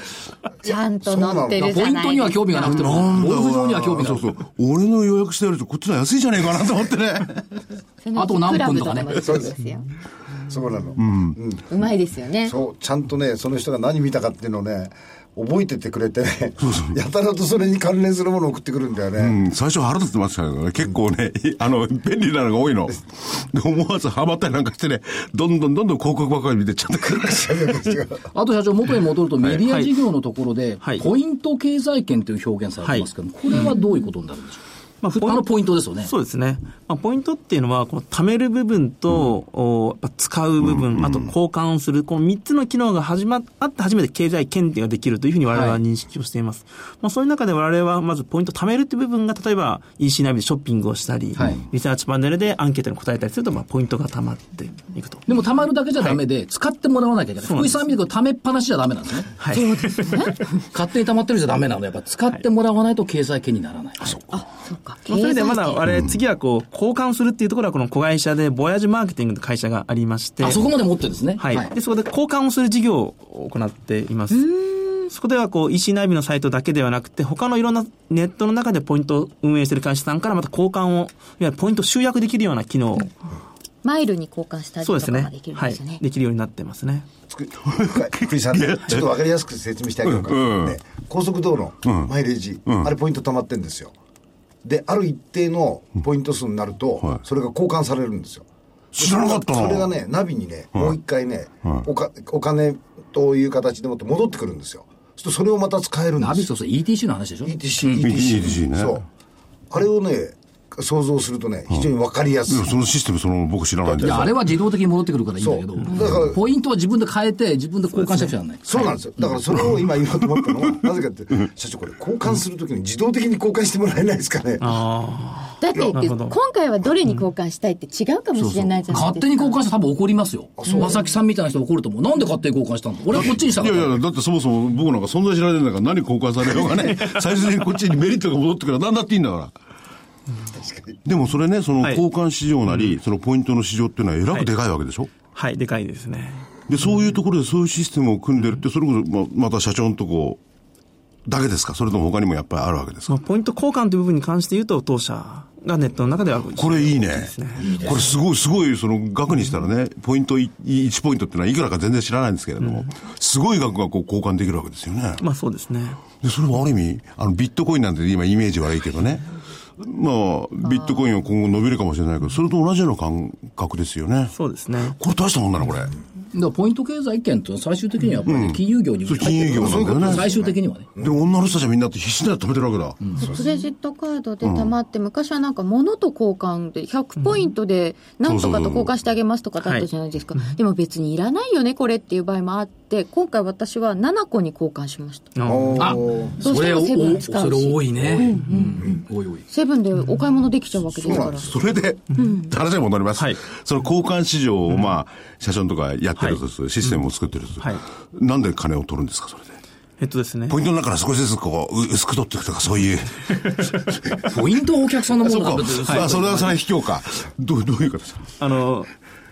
C: ちゃんと乗ってるじ
A: ポ
C: ゃ
A: イン
C: な
A: ト
C: い
A: に
C: で
A: は
C: す
A: 興味がなくても、ゴルフ場には興味が
E: そ
A: あ
E: う
A: る。
E: そう。俺の予約してるとこっちの方が安いじゃねえかなと思ってね。
C: か。
A: あと何分とかね
C: クラブも行ってますよ
D: そうなの、
C: うまいですよね。
D: そうちゃんとねその人が何見たかっていうのをね覚えててくれてねやたらとそれに関連するものを送ってくるんだよね、
E: うん、最初腹立ってましたけどね、結構ね、 あの、便利なのが多いの。で、思わずハマったりなんかしてね、どんどんどんどん広告ばっかり見てっちゃってくる。
A: あと社長、元に戻ると、メディア事業のところで
G: はい、
A: ポイント経済圏という表現されてますけども、これはどういうことになるんでしょ
G: まあ、
A: う。あのポイントですよね。
G: そうですね。まあ、ポイントっていうのは、この貯める部分と、おやっぱ使う部分、あと交換をする、この3つの機能が始まっあって初めて経済検定ができるというふうに我々は認識をしています。まあ、そういう中で我々はまずポイント貯めるっていう部分が、例えば EC ナビでショッピングをしたり、
A: はい
G: リサーチパネルでアンケートに答えたりすると、まあ、ポイントが貯まっていくと。
A: でも、貯まるだけじゃダメで、使ってもらわなきゃいけない。
G: そうな
A: 福
G: んで
A: 井
G: す
A: さん見てく貯めっぱなしじゃダメなんですね。
G: はい。
A: 勝手に貯まってるじゃダメなので、やっぱ使ってもらわないと経済圏にならない。
C: そうか。
G: まあ、それでまだ
C: 経済圏
G: 我々次はこう、交換するっていうところはこの子会社で、ボヤージュマーケティングという会社がありまして。
A: あそこまで持ってるんですね。
G: はい。で、そこで交換をする事業を行っています。そこではこう EC 内部のサイトだけではなくて、他のいろんなネットの中でポイントを運営している会社さんからまた交換を、いわゆるポイントを集約できるような機能を、
C: マイルに交換したり
G: そう
C: と
G: です
C: かが
G: ね
C: でき。るん
G: は
C: で
G: い
C: すよね。。
G: できるようになってますね。
D: つく福井さんね、ちょっと分かりやすく説明してあげようか、
E: うん
D: ね、高速道路、マイレージ、あれポイント貯まってんですよである一定のポイント数になると、
E: はい
D: それが交換されるんですよ
E: 知らなかったな
D: それがねナビにね、もう一回ね、おかお金という形でもって戻ってくるんですよそうするとそれをまた使えるん
A: ナ
D: です
A: ビ
D: よ
A: とそう ETC の話でしょ
D: ETC,
E: ETC ね
D: そうあれをね想像するとね非常に分かりやすい、
E: いや そのシステム、その、僕知らないん
A: い
E: で
A: や、あれは自動的に戻ってくるからいいんだけど、
D: そうだから
A: ポイントは自分で変えて、自分で交換しなくちゃならない。
D: そうなんですよ。だからそれを今言おうと思ったのは、なぜかって、社長これ交換するときに自動的に交換してもらえないですかね。
G: あ
C: だって、
G: なるほど
C: 今回はどれに交換したいって違うかもしれないじゃない
A: 勝
C: ですか。
A: 手に交換したら多分怒りますよ。まさきさんみたいな人怒ると思う。なんで勝手に交換したの俺はこっちにした
E: い
A: か
E: や
A: ら。
E: いや、だってそもそも僕なんか存在知られてるんだから何交換され ようがね、最終的にこっちにメリットが戻ってくるから何だっていいんだから。でもそれね、その
G: はい
E: 交換市場なり、そのポイントの市場っていうのはえらくでかいわけでしょ、
G: あ。はい。でかいですね。
E: で、そういうところでそういうシステムを組んでるって、それこそままた社長のとこだけですかそれとも他にもやっぱりあるわけですか
G: まあ、ポイント交換という部分に関して言うと、当社がネットの中では
E: これいいね
G: ですね。
E: これすごい、すごい、その額にしたらね、ポイントい1ポイントってのはいくらか全然知らないんですけれども、すごい額がこう交換できるわけですよね。
G: まあそうですね。
E: で、それはある意味、あの、ビットコインなんて今イメージ悪いけどね。まあ、ビットコインは今後伸びるかもしれないけど、それと同じような感覚ですよね。
G: そうですね。
E: これ大したもんだな、これ。
A: だからポイント経済圏っていうのは最終的にはやっぱり金融業に
E: そう金融業なんだよね
A: 最終的にはね。
E: で、女の人たちはみんなって必死になって止めてるわけだ。
C: クレジットカードで貯まって、昔はなんか物と交換で100ポイントでなんとかと交換してあげますとかだったじゃないですか。でも別にいらないよね、これっていう場合もあって、今回私は7個に交換しました。
G: あ
D: おー
A: あ
C: どう
A: そ
C: して
A: れ
C: も
A: を、
C: セブン
A: お
C: 使うし
A: それ多いね。うんうん多い多い。
C: セブンでお買い物できちゃうわけですから。
E: それで、話が戻ります。
G: はい
E: その交換市場を、まあ、社長のとかやってるとする、システムを作ってるとする、
G: はい
E: なんで金を取るんですか、それで。
G: えっとですね。
E: ポイントの中から少しずつこう、う薄く取っていくとか、そういう。
A: ポイントはお客さんのも
E: そ
A: の
E: う
A: だ
E: か。
A: 別に
E: あそれはそれは卑怯か。どう、どういう形
G: あの、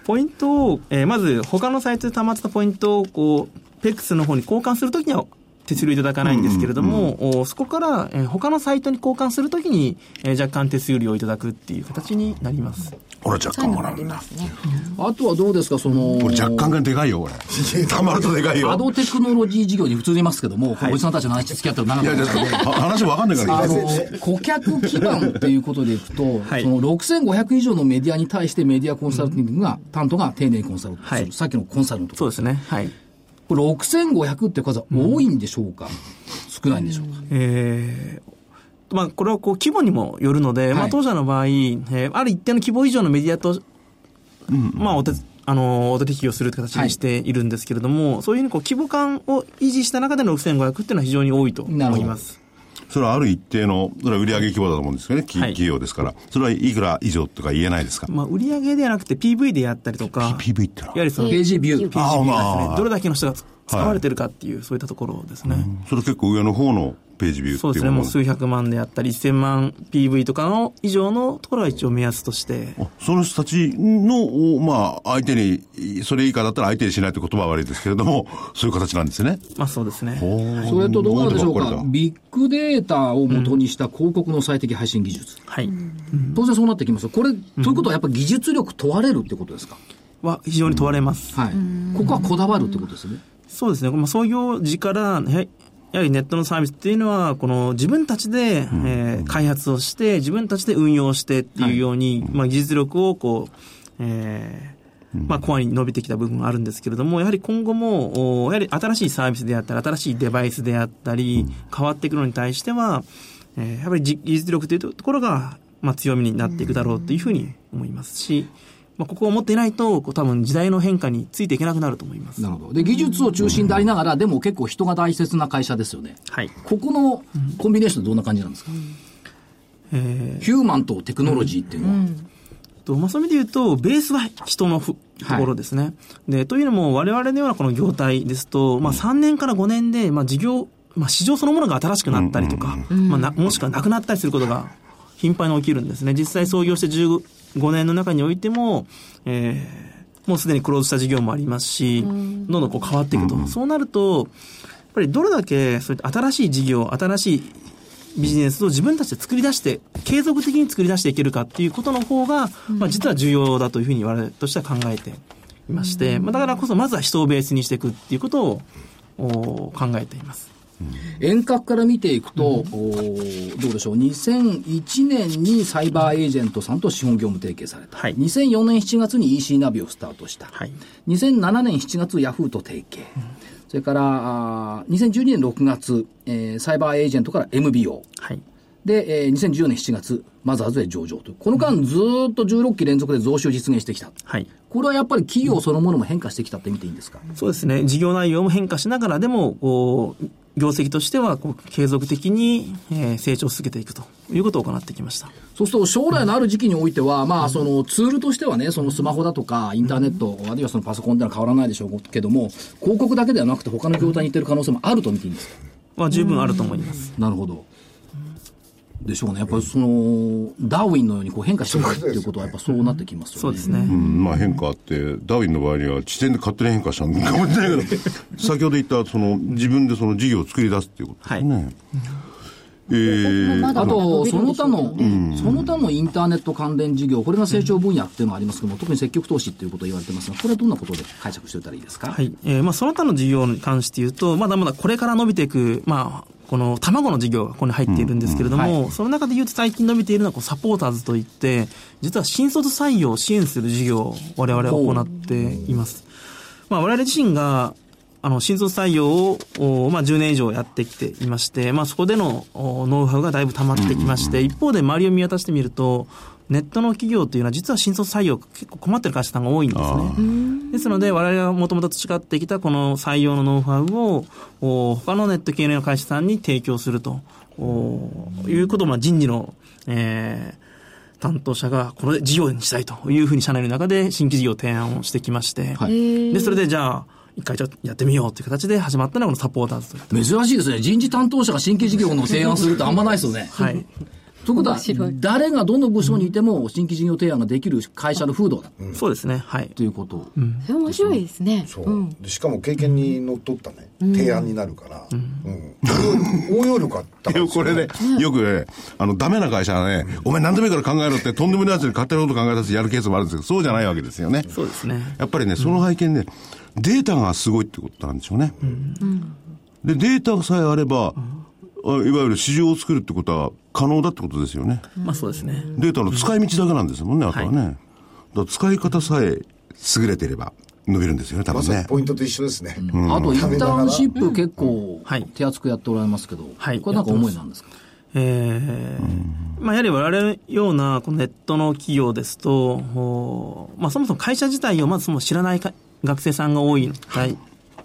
G: ポイントを、えーまず他のサイトで溜まってたポイントを、こう、ペックスの方に交換するときには、手数料いただかないんですけれども、おそこから、えー他のサイトに交換するときに、えー若干手数料をいただくっていう形になります。
E: 俺若干もらうんだ。
A: あとはどうですか、その。
E: 俺若干がでかいよ、俺。たまるとでかいよ。
A: アドテクノロジー事業に普通にいますけども、このおじさんたちの話付き合ってる長
E: い
A: く
E: や、
A: な
E: ちょっとは話わかんないから
A: あ
E: 聞いて。
A: の、顧客基盤っていうことでいく と、
G: はい
A: その6500以上のメディアに対してメディアコンサルティングが、担当が丁寧にコンサルする。
G: はい
A: さっきのコンサルのとこ
G: そう
A: ろ。
G: ですね。はい。
A: これ6500って数は多いんでしょうか、少ないんでしょうか、
G: えーまあ、これはこう規模にもよるので、ま
A: は
G: あ、
A: い
G: 当社の場合、えーある一定の規模以上のメディアと、まあ、お手、あのー、お手引きをするという形にしているんですけれども、そういうふうにこう規模感を維持した中での6500っていうのは非常に多いと
A: なる
G: 思
A: ほ
G: い
A: ど
G: ます。
E: それはある一定の、それは売上規模だと思うんですよね、き
G: はい
E: 企業ですから。それはいくら以上とか言えないですか。
G: まあ、売上ではなくて PV でやったりとか、い
E: PV っての
G: わゆ
E: は。
G: るその、
A: ページビュー。
E: ああ、ま
G: どれ
E: あ。
G: だけの人が使われてるかっていう、そういったところですね。
E: それ結構上の方の
F: ページビュー
G: そう
F: って
G: で
F: いう
G: すね、も
F: も
G: う
F: の
G: 数百万であったり、1000万 PV とかの以上のところが一応目安として、
F: あその人たちの、おまあ、相手に、それ以下だったら相手にしないって言葉は悪いですけれども、 そういう形なんですね。
G: まあそうですね。
A: それとどうなんでしょう
F: これ
A: か
F: だ、
A: ビッグデータを元にした広告の最適配信技術、
G: はい。
A: 当然そうなってきますよ、これ、ということはやっぱ技術力問われるってことですか、
G: は非常に問われます。
A: はい、ここはこだわるってことですね、
G: そうですね、まあ、創業時から、ねやはりネットのサービスっていうのは、この自分たちで、えー開発をして、自分たちで運用してっていうように、まあ、技術力をこう、えーまあ、コアに伸びてきた部分があるんですけれども、やはり今後も、おやはり新しいサービスであったり、新しいデバイスであったり、変わっていくのに対しては、えーやっぱりじ技術力というところが、まあ、強みになっていくだろうというふうに思いますし、まあ、ここを持っていないと、こう多分時代の変化についていけなくなると思います。
A: なるほど、で技術を中心でありながら、でも結構人が大切な会社ですよね、
G: はい。
A: ここのコンビネーション、どんな感じなんですか、
G: えー
A: ヒューマンとテクノロジーっていうのは、
G: と、まあ、そういう意味で言うと、ベースは人のふところですね、で、というのも、我々のようなこの業態ですと、まあ、3年から5年で、まあ、事業、まあ、市場そのものが新しくなったりとか、まあな、もしくはなくなったりすることが頻繁に起きるんですね。実際創業して15年の中においても、えーもうすでにクローズした事業もありますし、どんどんこう変わっていくと。そうなると、やっぱりどれだけ、そういった新しい事業、新しいビジネスを自分たちで作り出して、継続的に作り出していけるかっていうことの方が、まあ実は重要だというふうに我々としては考えていまして、まあだからこそまずは人をベースにしていくっていうことをお考えています。
A: 遠隔から見ていくと、おーどうでしょう、2001年にサイバーエージェントさんと資本業務提携された、
G: はい
A: 2004年7月に EC ナビをスタートした、
G: はい。
A: 2007年7月、ヤフーと提携、それからあー2012年6月、えーサイバーエージェントから MBO、
G: はい。
A: で、えー2014年7月、マザーズへ上場と、この間、ずーっと16期連続で増資を実現してきた、
G: はい。
A: これはやっぱり企業そのものも変化してきたって見ていいんですか、
G: そうですね。事業内容も変化しながらでも、こう、業績としてはこう継続的にえー成長を続けていくということを行ってきました。
A: そうすると将来のある時期においては、まあ、そのツールとしてはね、そのスマホだとか、インターネット、あるいはそのパソコンでは変わらないでしょうけども、広告だけではなくて、他の業態に行ってる可能性もあると見ていいんですか
G: まあ十分あると思います。
A: なるほど。でしょうね。やっぱりその、ダーウィンのようにこう変化していくっていうことは、やっぱそうなってきますよね。
G: そうですね。
F: うんまあ変化あって、ダーウィンの場合には、地点で勝手に変化したのかもしれ ないけど、先ほど言った、その、自分でその事業を作り出すっていうことですね。えー
C: まだ
A: あと、
C: 伸び
A: そ
C: るん
A: の他
C: でしょうけど
A: の、その他のインターネット関連事業、これが成長分野っていうのはありますけども、特に積極投資っていうことを言われてますが、これはどんなことで解釈しておいたらいいですか
G: はい。えーまあ、その他の事業に関して言うと、まだまだこれから伸びていく、まあ、この卵の事業がここに入っているんですけれども、
A: うん
G: その中で言うと最近伸びているのはこうサポーターズといって、実は新卒採用を支援する事業を我々は行っています。まあ、我々自身が、あの、新卒採用を、おまあ、10年以上やってきていまして、まあ、そこでのおノウハウがだいぶ溜まってきまして、一方で周りを見渡してみると、ネットの企業というのは実は新卒採用結構困ってる会社さんが多いんですね。ですので、我々がもともと培ってきたこの採用のノウハウを、お他のネット系の会社さんに提供すると、おいうことを、まあ、人事の、えー担当者が、これ事業にしたいというふうに社内の中で新規事業を提案をしてきまして、
A: い
G: で、それでじゃあ、一回ちょっとやってみようという形で始まったのがこのサポーターズという。
A: 珍しいですね。人事担当者が新規事業の提案するってあんまないですよね。
G: はい。
A: ということは、誰がどの部署にいても新規事業提案ができる会社の風土だ
G: そうですね。はい。
A: ということ。
C: それ面白いですね。
D: そう、でしかも経験にのっとったね、提案になるから、うん応用力あったから
F: よこれね、よくね、あの、ダメな会社はね、お前何でもいいから考えろって、とんでもないやつに勝手なこと考え出してやるケースもあるんですけど、そうじゃないわけですよね。
G: そうですね。
F: やっぱりね、その背景にね、データがすごいってことなんでしょうね。で、データさえあれば、あいわゆる市場を作るってことは可能だってことですよね。
G: まあそうですね。
F: データの使い道だけなんですもんね、あとはね。
G: は
F: だから使い方さえ優れてれば伸びるんですよね、多
D: ま
F: 分
D: さに
F: ね。
D: ポイントと一緒ですね、
A: あと、インターンシップ結構
G: はい
A: 手厚くやっておられますけど、
G: はい
A: これなんか思いなんですか
G: えーまあ、やはり我々のようなこのネットの企業ですと、おーまあ、そもそも会社自体をまずその知らないか学生さんが多いの大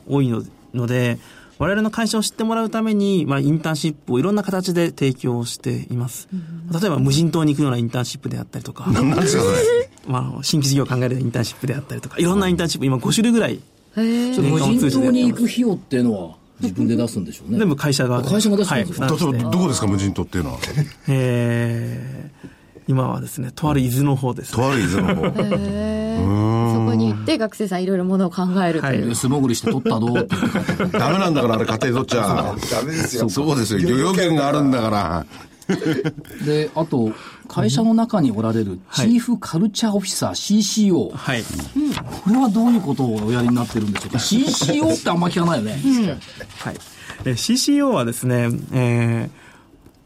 G: 多いのので、我々の会社を知ってもらうために、まあ、インターンシップをいろんな形で提供しています。例えば、無人島に行くようなインターンシップであったりとか、
F: 何ですか、それ。
G: まあ、新規事業を考えるインターンシップであったりとか、いろんなインターンシップ、今5種類ぐらい、
A: 無
G: 年間を
A: 人
G: 通じて
A: 島
G: やって
A: に行
G: ます
A: く費用っていうのは、自分で出すんでしょうね。
G: 全部会社が。
A: 会社が出してるん
G: は
A: で
G: い
A: す
G: な
A: か
G: ん
E: 例
G: で
E: えばどこですか無人島っていうのは
G: えー今はですね、とある伊豆の方ですね、
E: とある伊豆の方
C: へえそこに行って学生さんいろいろものを考えるという。
A: で素潜りして取ったどうって言って帰ってくる
E: ダメなんだからあれ家庭取っちゃ
D: ダメですよ。
E: そうですよ漁業権があるんだから
A: で、あと、会社の中におられる、チ
G: はい
A: ーフカルチャーオフィサー、CCO。
G: はい。
A: これはどういうことをおやりになってるんでしょうか ?CCO ってあんま聞かないよね。
G: はい。えー CCO はですね、えー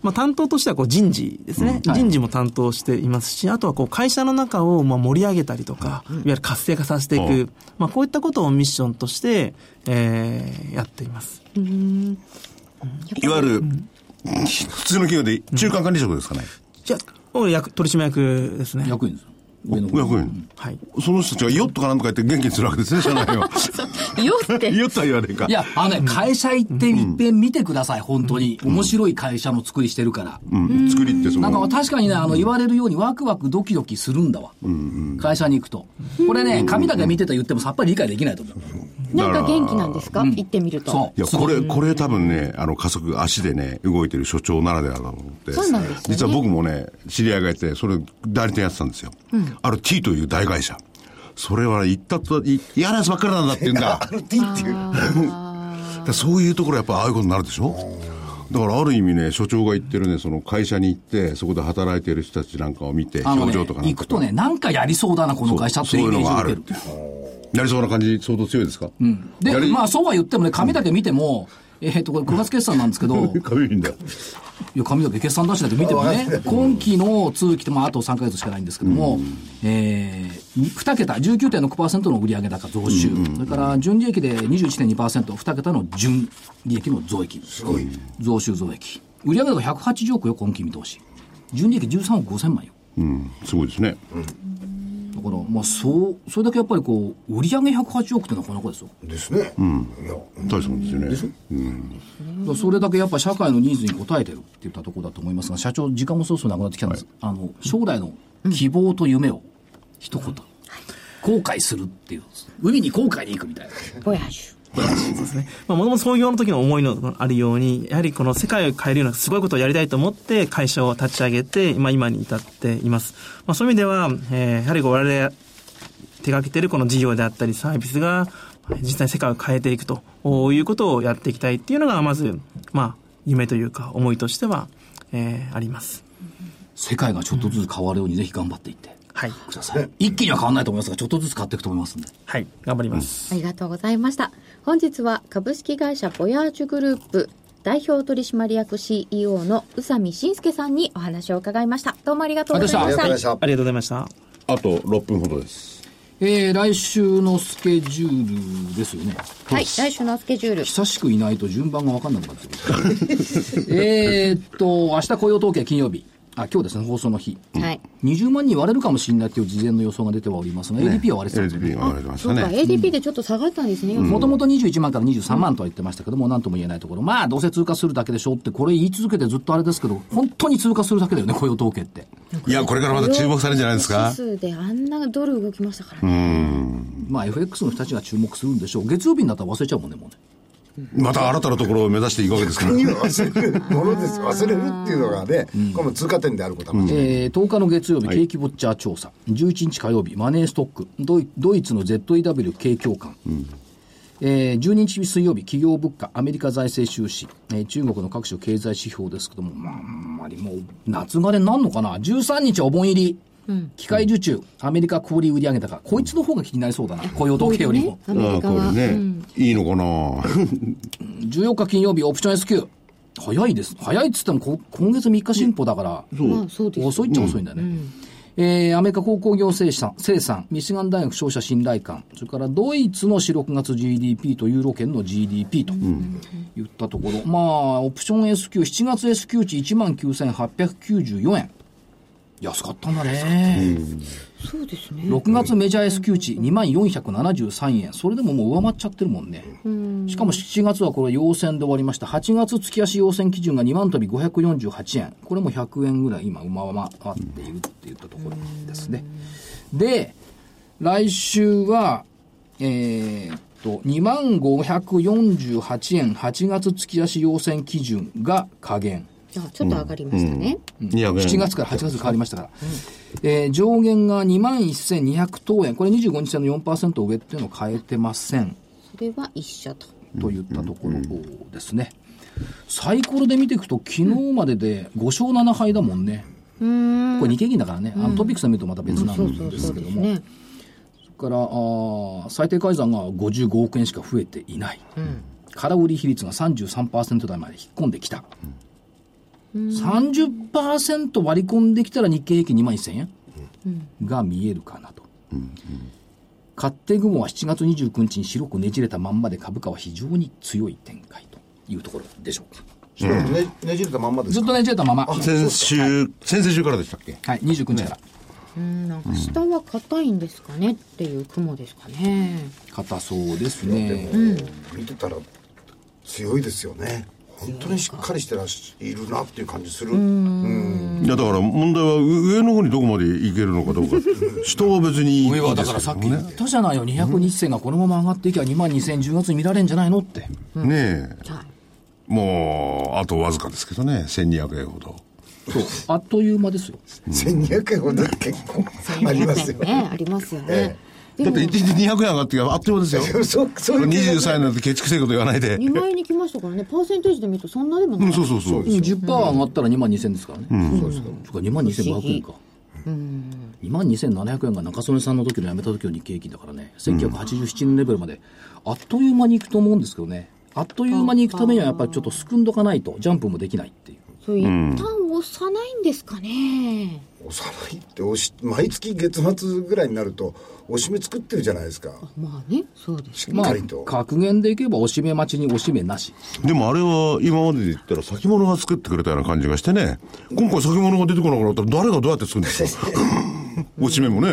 G: まあ、担当としてはこう人事ですね、
A: うんはい
G: 人事も担当していますし、あとはこう会社の中をまあ盛り上げたりとか、いわゆる活性化させていく、
E: うん
G: まあ、こういったことをミッションとして、えーやっています。
E: いわゆる普通の企業で中間管理職ですかね
G: じゃあ、役取締役ですね。
A: 役員ですよ。
E: お
A: 上の方
E: 役員
G: はい。
E: その人たちがヨットかなんとか言って元気にするわけですね社内を
C: よって。
E: ヨットは言わねえか
A: いや、あのね、会社行って一遍見てください、本当に。面白い会社の作りしてるから。
E: うん作りってそ
A: なん
E: の
A: か確かにね、あの、言われるようにワクワクドキドキするんだわ。会社に行くと。これね、紙だけ見てた言ってもさっぱり理解できないと思う。
C: なんか元気なんですか、行ってみると。
A: そ
E: いや、
A: すご
E: これ、これ多分ね、あの、加速、足でね、動いてる所長ならではだと思って。
C: そうなんですよね
E: 実は僕もね、知り合いがいて、それ、代理店やってたんですよ。ある T という大会社。それは、行ったと、い嫌なやつばっかりなんだって言うん だ。
D: っていう。
E: だからそういうところやっぱああいうことになるでしょだからある意味ね、所長が言ってるね、その会社に行って、そこで働いてる人たちなんかを見て、
A: あの
E: 表
A: ね、
E: 情とかなん
A: 行
E: か
A: くとね、なんかやりそうだな、この会社ってイメージを受ける。
E: やりそうな感じ、相当強いですか
A: で
E: や、り
A: まあそうは言ってもね、紙だけ見ても、えーっと、これ9月決算なんですけど、
E: 髪見んだよ。
A: いや、紙だけ決算出しだけ見てもね、今期の通期と、まあ、あと3ヶ月しかないんですけども、えー、2桁、19.6%の売上高増収、それから純利益で21.2%、2桁の純利益の増益。増収増益。売上高180億よ、今期見通し。純利益13億5000万よ。
E: うん、すごいですね。
A: だから、まあ、そう、それだけやっぱりこう、売上180億ってなかなかですよ。
D: ですね。いや
E: 大したもんですよね。
A: それだけやっぱ社会のニーズに応えてるっていったところだと思いますが、社長、時間もそろそろなくなってきたんです。あの、将来の希望と夢を、一言、後悔するっていう、海に後悔に行くみたいな。
C: ボヤージュ。
G: そうですね。まあ、もともと創業の時の思いのあるように、やはりこの世界を変えるようなすごいことをやりたいと思って会社を立ち上げて、まあ、今に至っています。まあ、そういう意味では、えーやはりこう我々手掛けているこの事業であったりサービスが、実際に世界を変えていくということをやっていきたいっていうのが、まず、まあ、夢というか思いとしては、えーあります。
A: 世界がちょっとずつ変わるように、ぜひ頑張っていって
G: はい。
A: ください。一気には変わらないと思いますが、ちょっとずつ変わっていくと思いますんで。
G: はい。頑張ります。
C: ありがとうございました。本日は株式会社ボヤージュグループ代表取締役 CEO の宇佐美信介さんにお話を伺いました。どうもありがとうござい
D: あ
C: ま
D: りがとうございま
C: し。
D: したた。
G: ありがとうございました。
E: あと6分ほどです。
A: えー、来週のスケジュールですよね。
C: はい、来週のスケジュール。
A: 久しくいないと順番が分かんなくなって くる。えーっと、明日雇用統計金曜日。あ、今日ですね、放送の日。
C: はい。
A: 20万人割れるかもしれないという事前の予想が出てはおりますが、ADP は割れてたんですね
E: LDP が割れてまし
C: そ
E: た
C: うか、
E: ね。
C: ADP でちょっと下がったんですね。
A: もともと21万から23万とは言ってましたけども、なんとも言えないところ、まあ、どうせ通過するだけでしょうって、これ言い続けてずっとあれですけど、本当に通過するだけだよね、雇用統計って。
E: いや、これからまた注目されるんじゃないですか
C: 指。数であんなドル動きましたからね。
A: まあ、FX の人たちが注目するんでしょう。月曜日になったら忘れちゃうもんね、もうね。
E: また新たなところを目指していくわけですから。
D: 国を 忘れるものです。忘れるっていうのがね、これも通過点であることは間違いない
A: えー10日の月曜日、景気ウォッチャー調査、11日火曜日、マネーストック、ドイドイツの ZEW 景況感、えー12日水曜日、企業物価、アメリカ財政収支、えー中国の各種経済指標ですけども、まあ、あんまりもう、夏枯れになるのかな、13日はお盆入り、機械受注、アメリカ小売売上高、こいつの方が気になりそうだな、雇用統計よりも。
C: アメ
E: あ
C: リ
E: あ、
C: カ
E: こ
C: は。
E: れね。いいのかな
A: 14日金曜日、オプション S q 早いです。早いっつっても、こ今月3日進歩だから、
C: まあそうです。
A: 遅いっちゃ遅いんだね。えーアメリカ鉱工業生産、生産、ミシガン大学商社信頼感、それからドイツの4、6月 GDP とユーロ圏の GDP といったところ、まあ、オプション S q 7月 S q 値19,894円。安かったんだね。
C: そうですね。
A: 6月メジャー S q 値2473円。それでももう上回っちゃってるもんね。しかも7月はこれ陽線で終わりました。8月月足陽線基準が2万飛び548円。これも100円ぐらい今上回っているって言ったところですね。で、来週は、えーっと、2万548円8月月足要選基準が下限。
C: じゃあちょっと上がりましたね。
F: 200円
A: 7月から8月に変わりましたから、えー上限が2万1200等円、これ25日線の4%上っていうのを変えてません
C: それは一緒と。
A: といったところですね。サイコロで見ていくと、昨日までで5勝7敗だもんね、
C: うーん。
A: これ、日経銀だからね、あのトピックスで見るとまた別な
C: そうんそう
A: で
C: そ
A: す
C: う
A: け
C: で
A: ど
C: す
A: も、
C: ね。
A: からあー最低改ざんが55億円しか増えていない、空売り比率が33%台まで引っ込んできた、30%割り込んできたら日経平均2万1000円、が見えるかなと、勝手雲は7月29日に白くねじれたまんまで株価は非常に強い展開というところでしょうか
D: それねねじれたまんまです
A: ずっ
D: か
A: とねじれたまま、はい、
F: 先週、先々週からでしたっけ
A: 29日から
C: うん、なんか下は硬いんですかねっていう雲ですかね。
A: 硬そうですね
D: 見てたら強いですよね本当にしっかりしてらっしいるなっていう感じする
F: いやだから問題は上の方にどこまでいけるのかどうか下は別にいい
A: 上は
F: で
A: だ
F: す
A: からさっ
F: け
A: き
F: ど
A: 言
F: ね
A: ったじゃないよ、200日線がこのまま上がっていけば2万2000、10月に見られるんじゃないのって、
F: ねえ
C: はい。
F: もうあとわずかですけどね1200円ほど
A: そうあっという間ですよ、
D: 1200円ほど結構ありますよ
C: ね、ありますよね。
F: だって一日200円上がってきたらあっという間ですよ
D: そうそういう
F: 23歳になってケチくせえこと言わないで
C: 二万円に来ましたからね、パーセンテージで見るとそんなでも
F: う
C: ない。
F: んそうそうそう
A: 10%上がったら2万2000ですからね、そうですか、2万2500円か、2万2700円が中曽根さんの時の辞めた時の日経平均だからね、1987年レベルまで、あっという間にいくと思うんですけどね、あっという間にいくためにはやっぱりちょっとすくんどかないと、ジャンプもできないっていう。
C: そう一旦押さないんですかね。
D: 幼いっておし毎月月末ぐらいになるとおしめ作ってるじゃないですか
C: まあね、そうです
D: し
C: ね。
D: っ
A: ま
D: か
A: あ
D: りと、、
A: 格言でいけば、おしめ待ちにおしめなし。
F: でもあれは今までで言ったら先物が作ってくれたような感じがしてね今回先物が出てこなくなったら誰がどうやって作るんですかおしめもね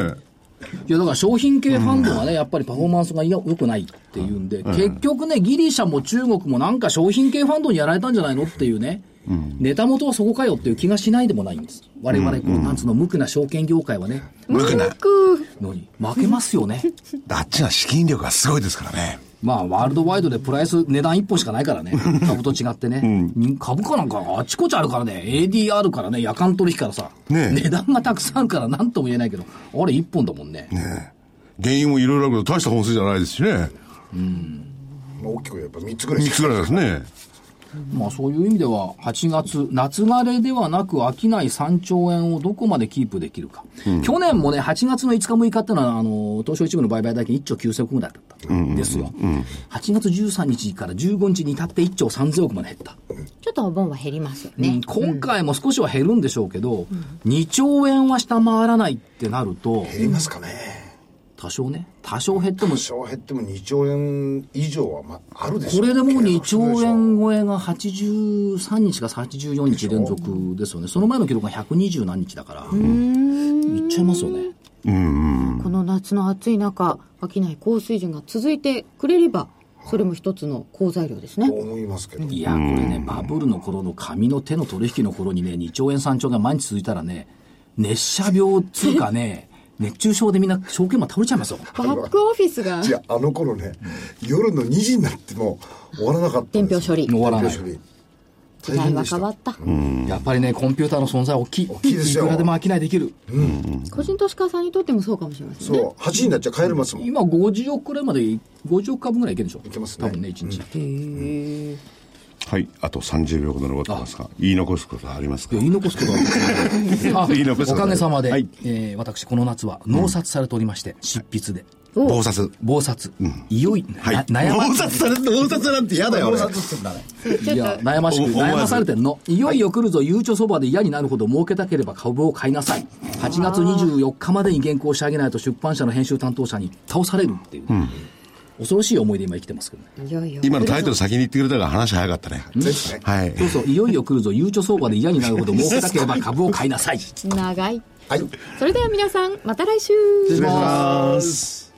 A: いやだから商品系ファンドはね、やっぱりパフォーマンスがよ良くないっていうんで、結局ね、ギリシャも中国もなんか商品系ファンドにやられたんじゃないのっていうね、ネタ元はそこかよっていう気がしないでもないんです、我々こう、なんつうの、無垢な証券業界はね、
F: 無くない
A: のに負けますよね、
F: あっちは資金力がすごいですからね
A: まあ、ワールドワイドでプライス、値段1本しかないからね、株と違ってね、人株価なんかあちこちあるからね、ADR からね、夜間取引からさ、
F: ねえ
A: 値段がたくさんあるから、なんとも言えないけど、あれ1本だもんね
F: 原因もいろいろあるけど大した本数じゃないですしね
D: まあ、大きくやっぱ3つぐらい
F: 3
D: し
F: つ
D: か
F: ぐらいですね
A: まあそういう意味では、8月、夏枯れではなく、商い3兆円をどこまでキープできるか、去年もね、8月の5日、6日ってのは、あの東証一部の売買代金1兆9000億ぐらいだったんですよ、8月13日から15日に至って1兆3000億まで減った、
C: ちょっとお盆は減りますよ
A: う
C: ね
A: ん。今回も少しは減るんでしょうけど、2兆円は下回らないってなると、
D: 減りますかね
A: 多少ね、多少減っても
D: 多、少減っても2兆円以上は、まあ、あるでしょ
A: これでもう2兆
D: 計
A: 円超えが83日か84日連続ですよね。その前の記録が120何日だから、いっちゃいますよね。
C: この夏の暑い中、商い高水準が続いてくれれば、それも一つの好材料です
D: 算
C: ね
D: と。思いますけど、
A: いや、これね、バブルの頃の紙の手の取引の頃にね、2兆円3兆円が毎日続いたらね、熱射病つうかね、熱中症でみんな証券マン倒れちゃいますよ。
C: バックオフィスが
D: いやあの頃ね、夜の2時になっても終わらなかった
C: 伝
D: んで
C: 票
D: す
C: 処理。
A: 終
C: 時
A: わら
D: 伝
A: ない
D: 票。処理
C: 代
D: 大変
C: は
D: でし
C: 変わった。
A: やっぱりね、コンピューターの存在は大きい。
D: 大きいですよ
A: いくらでも商いできる。
C: 個人投資家さんにとってもそうかもしれませんね。
D: そう8時になっちゃ帰れますもん
A: 今50億くらいまで、50億株ぐらいいけるでしょ
D: いけますね
A: 多分ね、1日。
C: へえ。
F: はいあと30秒ほど残ってますが言い残すことはありますか
A: いや言い残すことはあり
F: 言い
A: ま
F: 残す
A: せ
F: こと
A: んあおかげさまで、
F: はい
A: えー私この夏は納札されておりまして、執筆で
F: 暴殺
A: 暴殺、いよい
F: はい
A: な悩ま
F: 暴殺されて暴殺なんて嫌だよ俺
A: いや悩ましく
F: お思わず
A: 悩まされてんのいよいよ来るぞ悠長そばで嫌になるほど儲けたければ株を買いなさい8月24日までに原稿を仕上げないと出版社の編集担当者に倒されるっていう、恐ろしい思いで今生きてますけどね
C: いよいよ。
F: 今のタイトル先に言ってくれたから話早かったね
D: ですね
F: はい
A: そうそういよいよ来るぞ悠長相場で嫌になるほど儲けたければ株を買いなさい
C: 長い。
D: はい
C: それでは皆さん、また来週。
D: 失礼します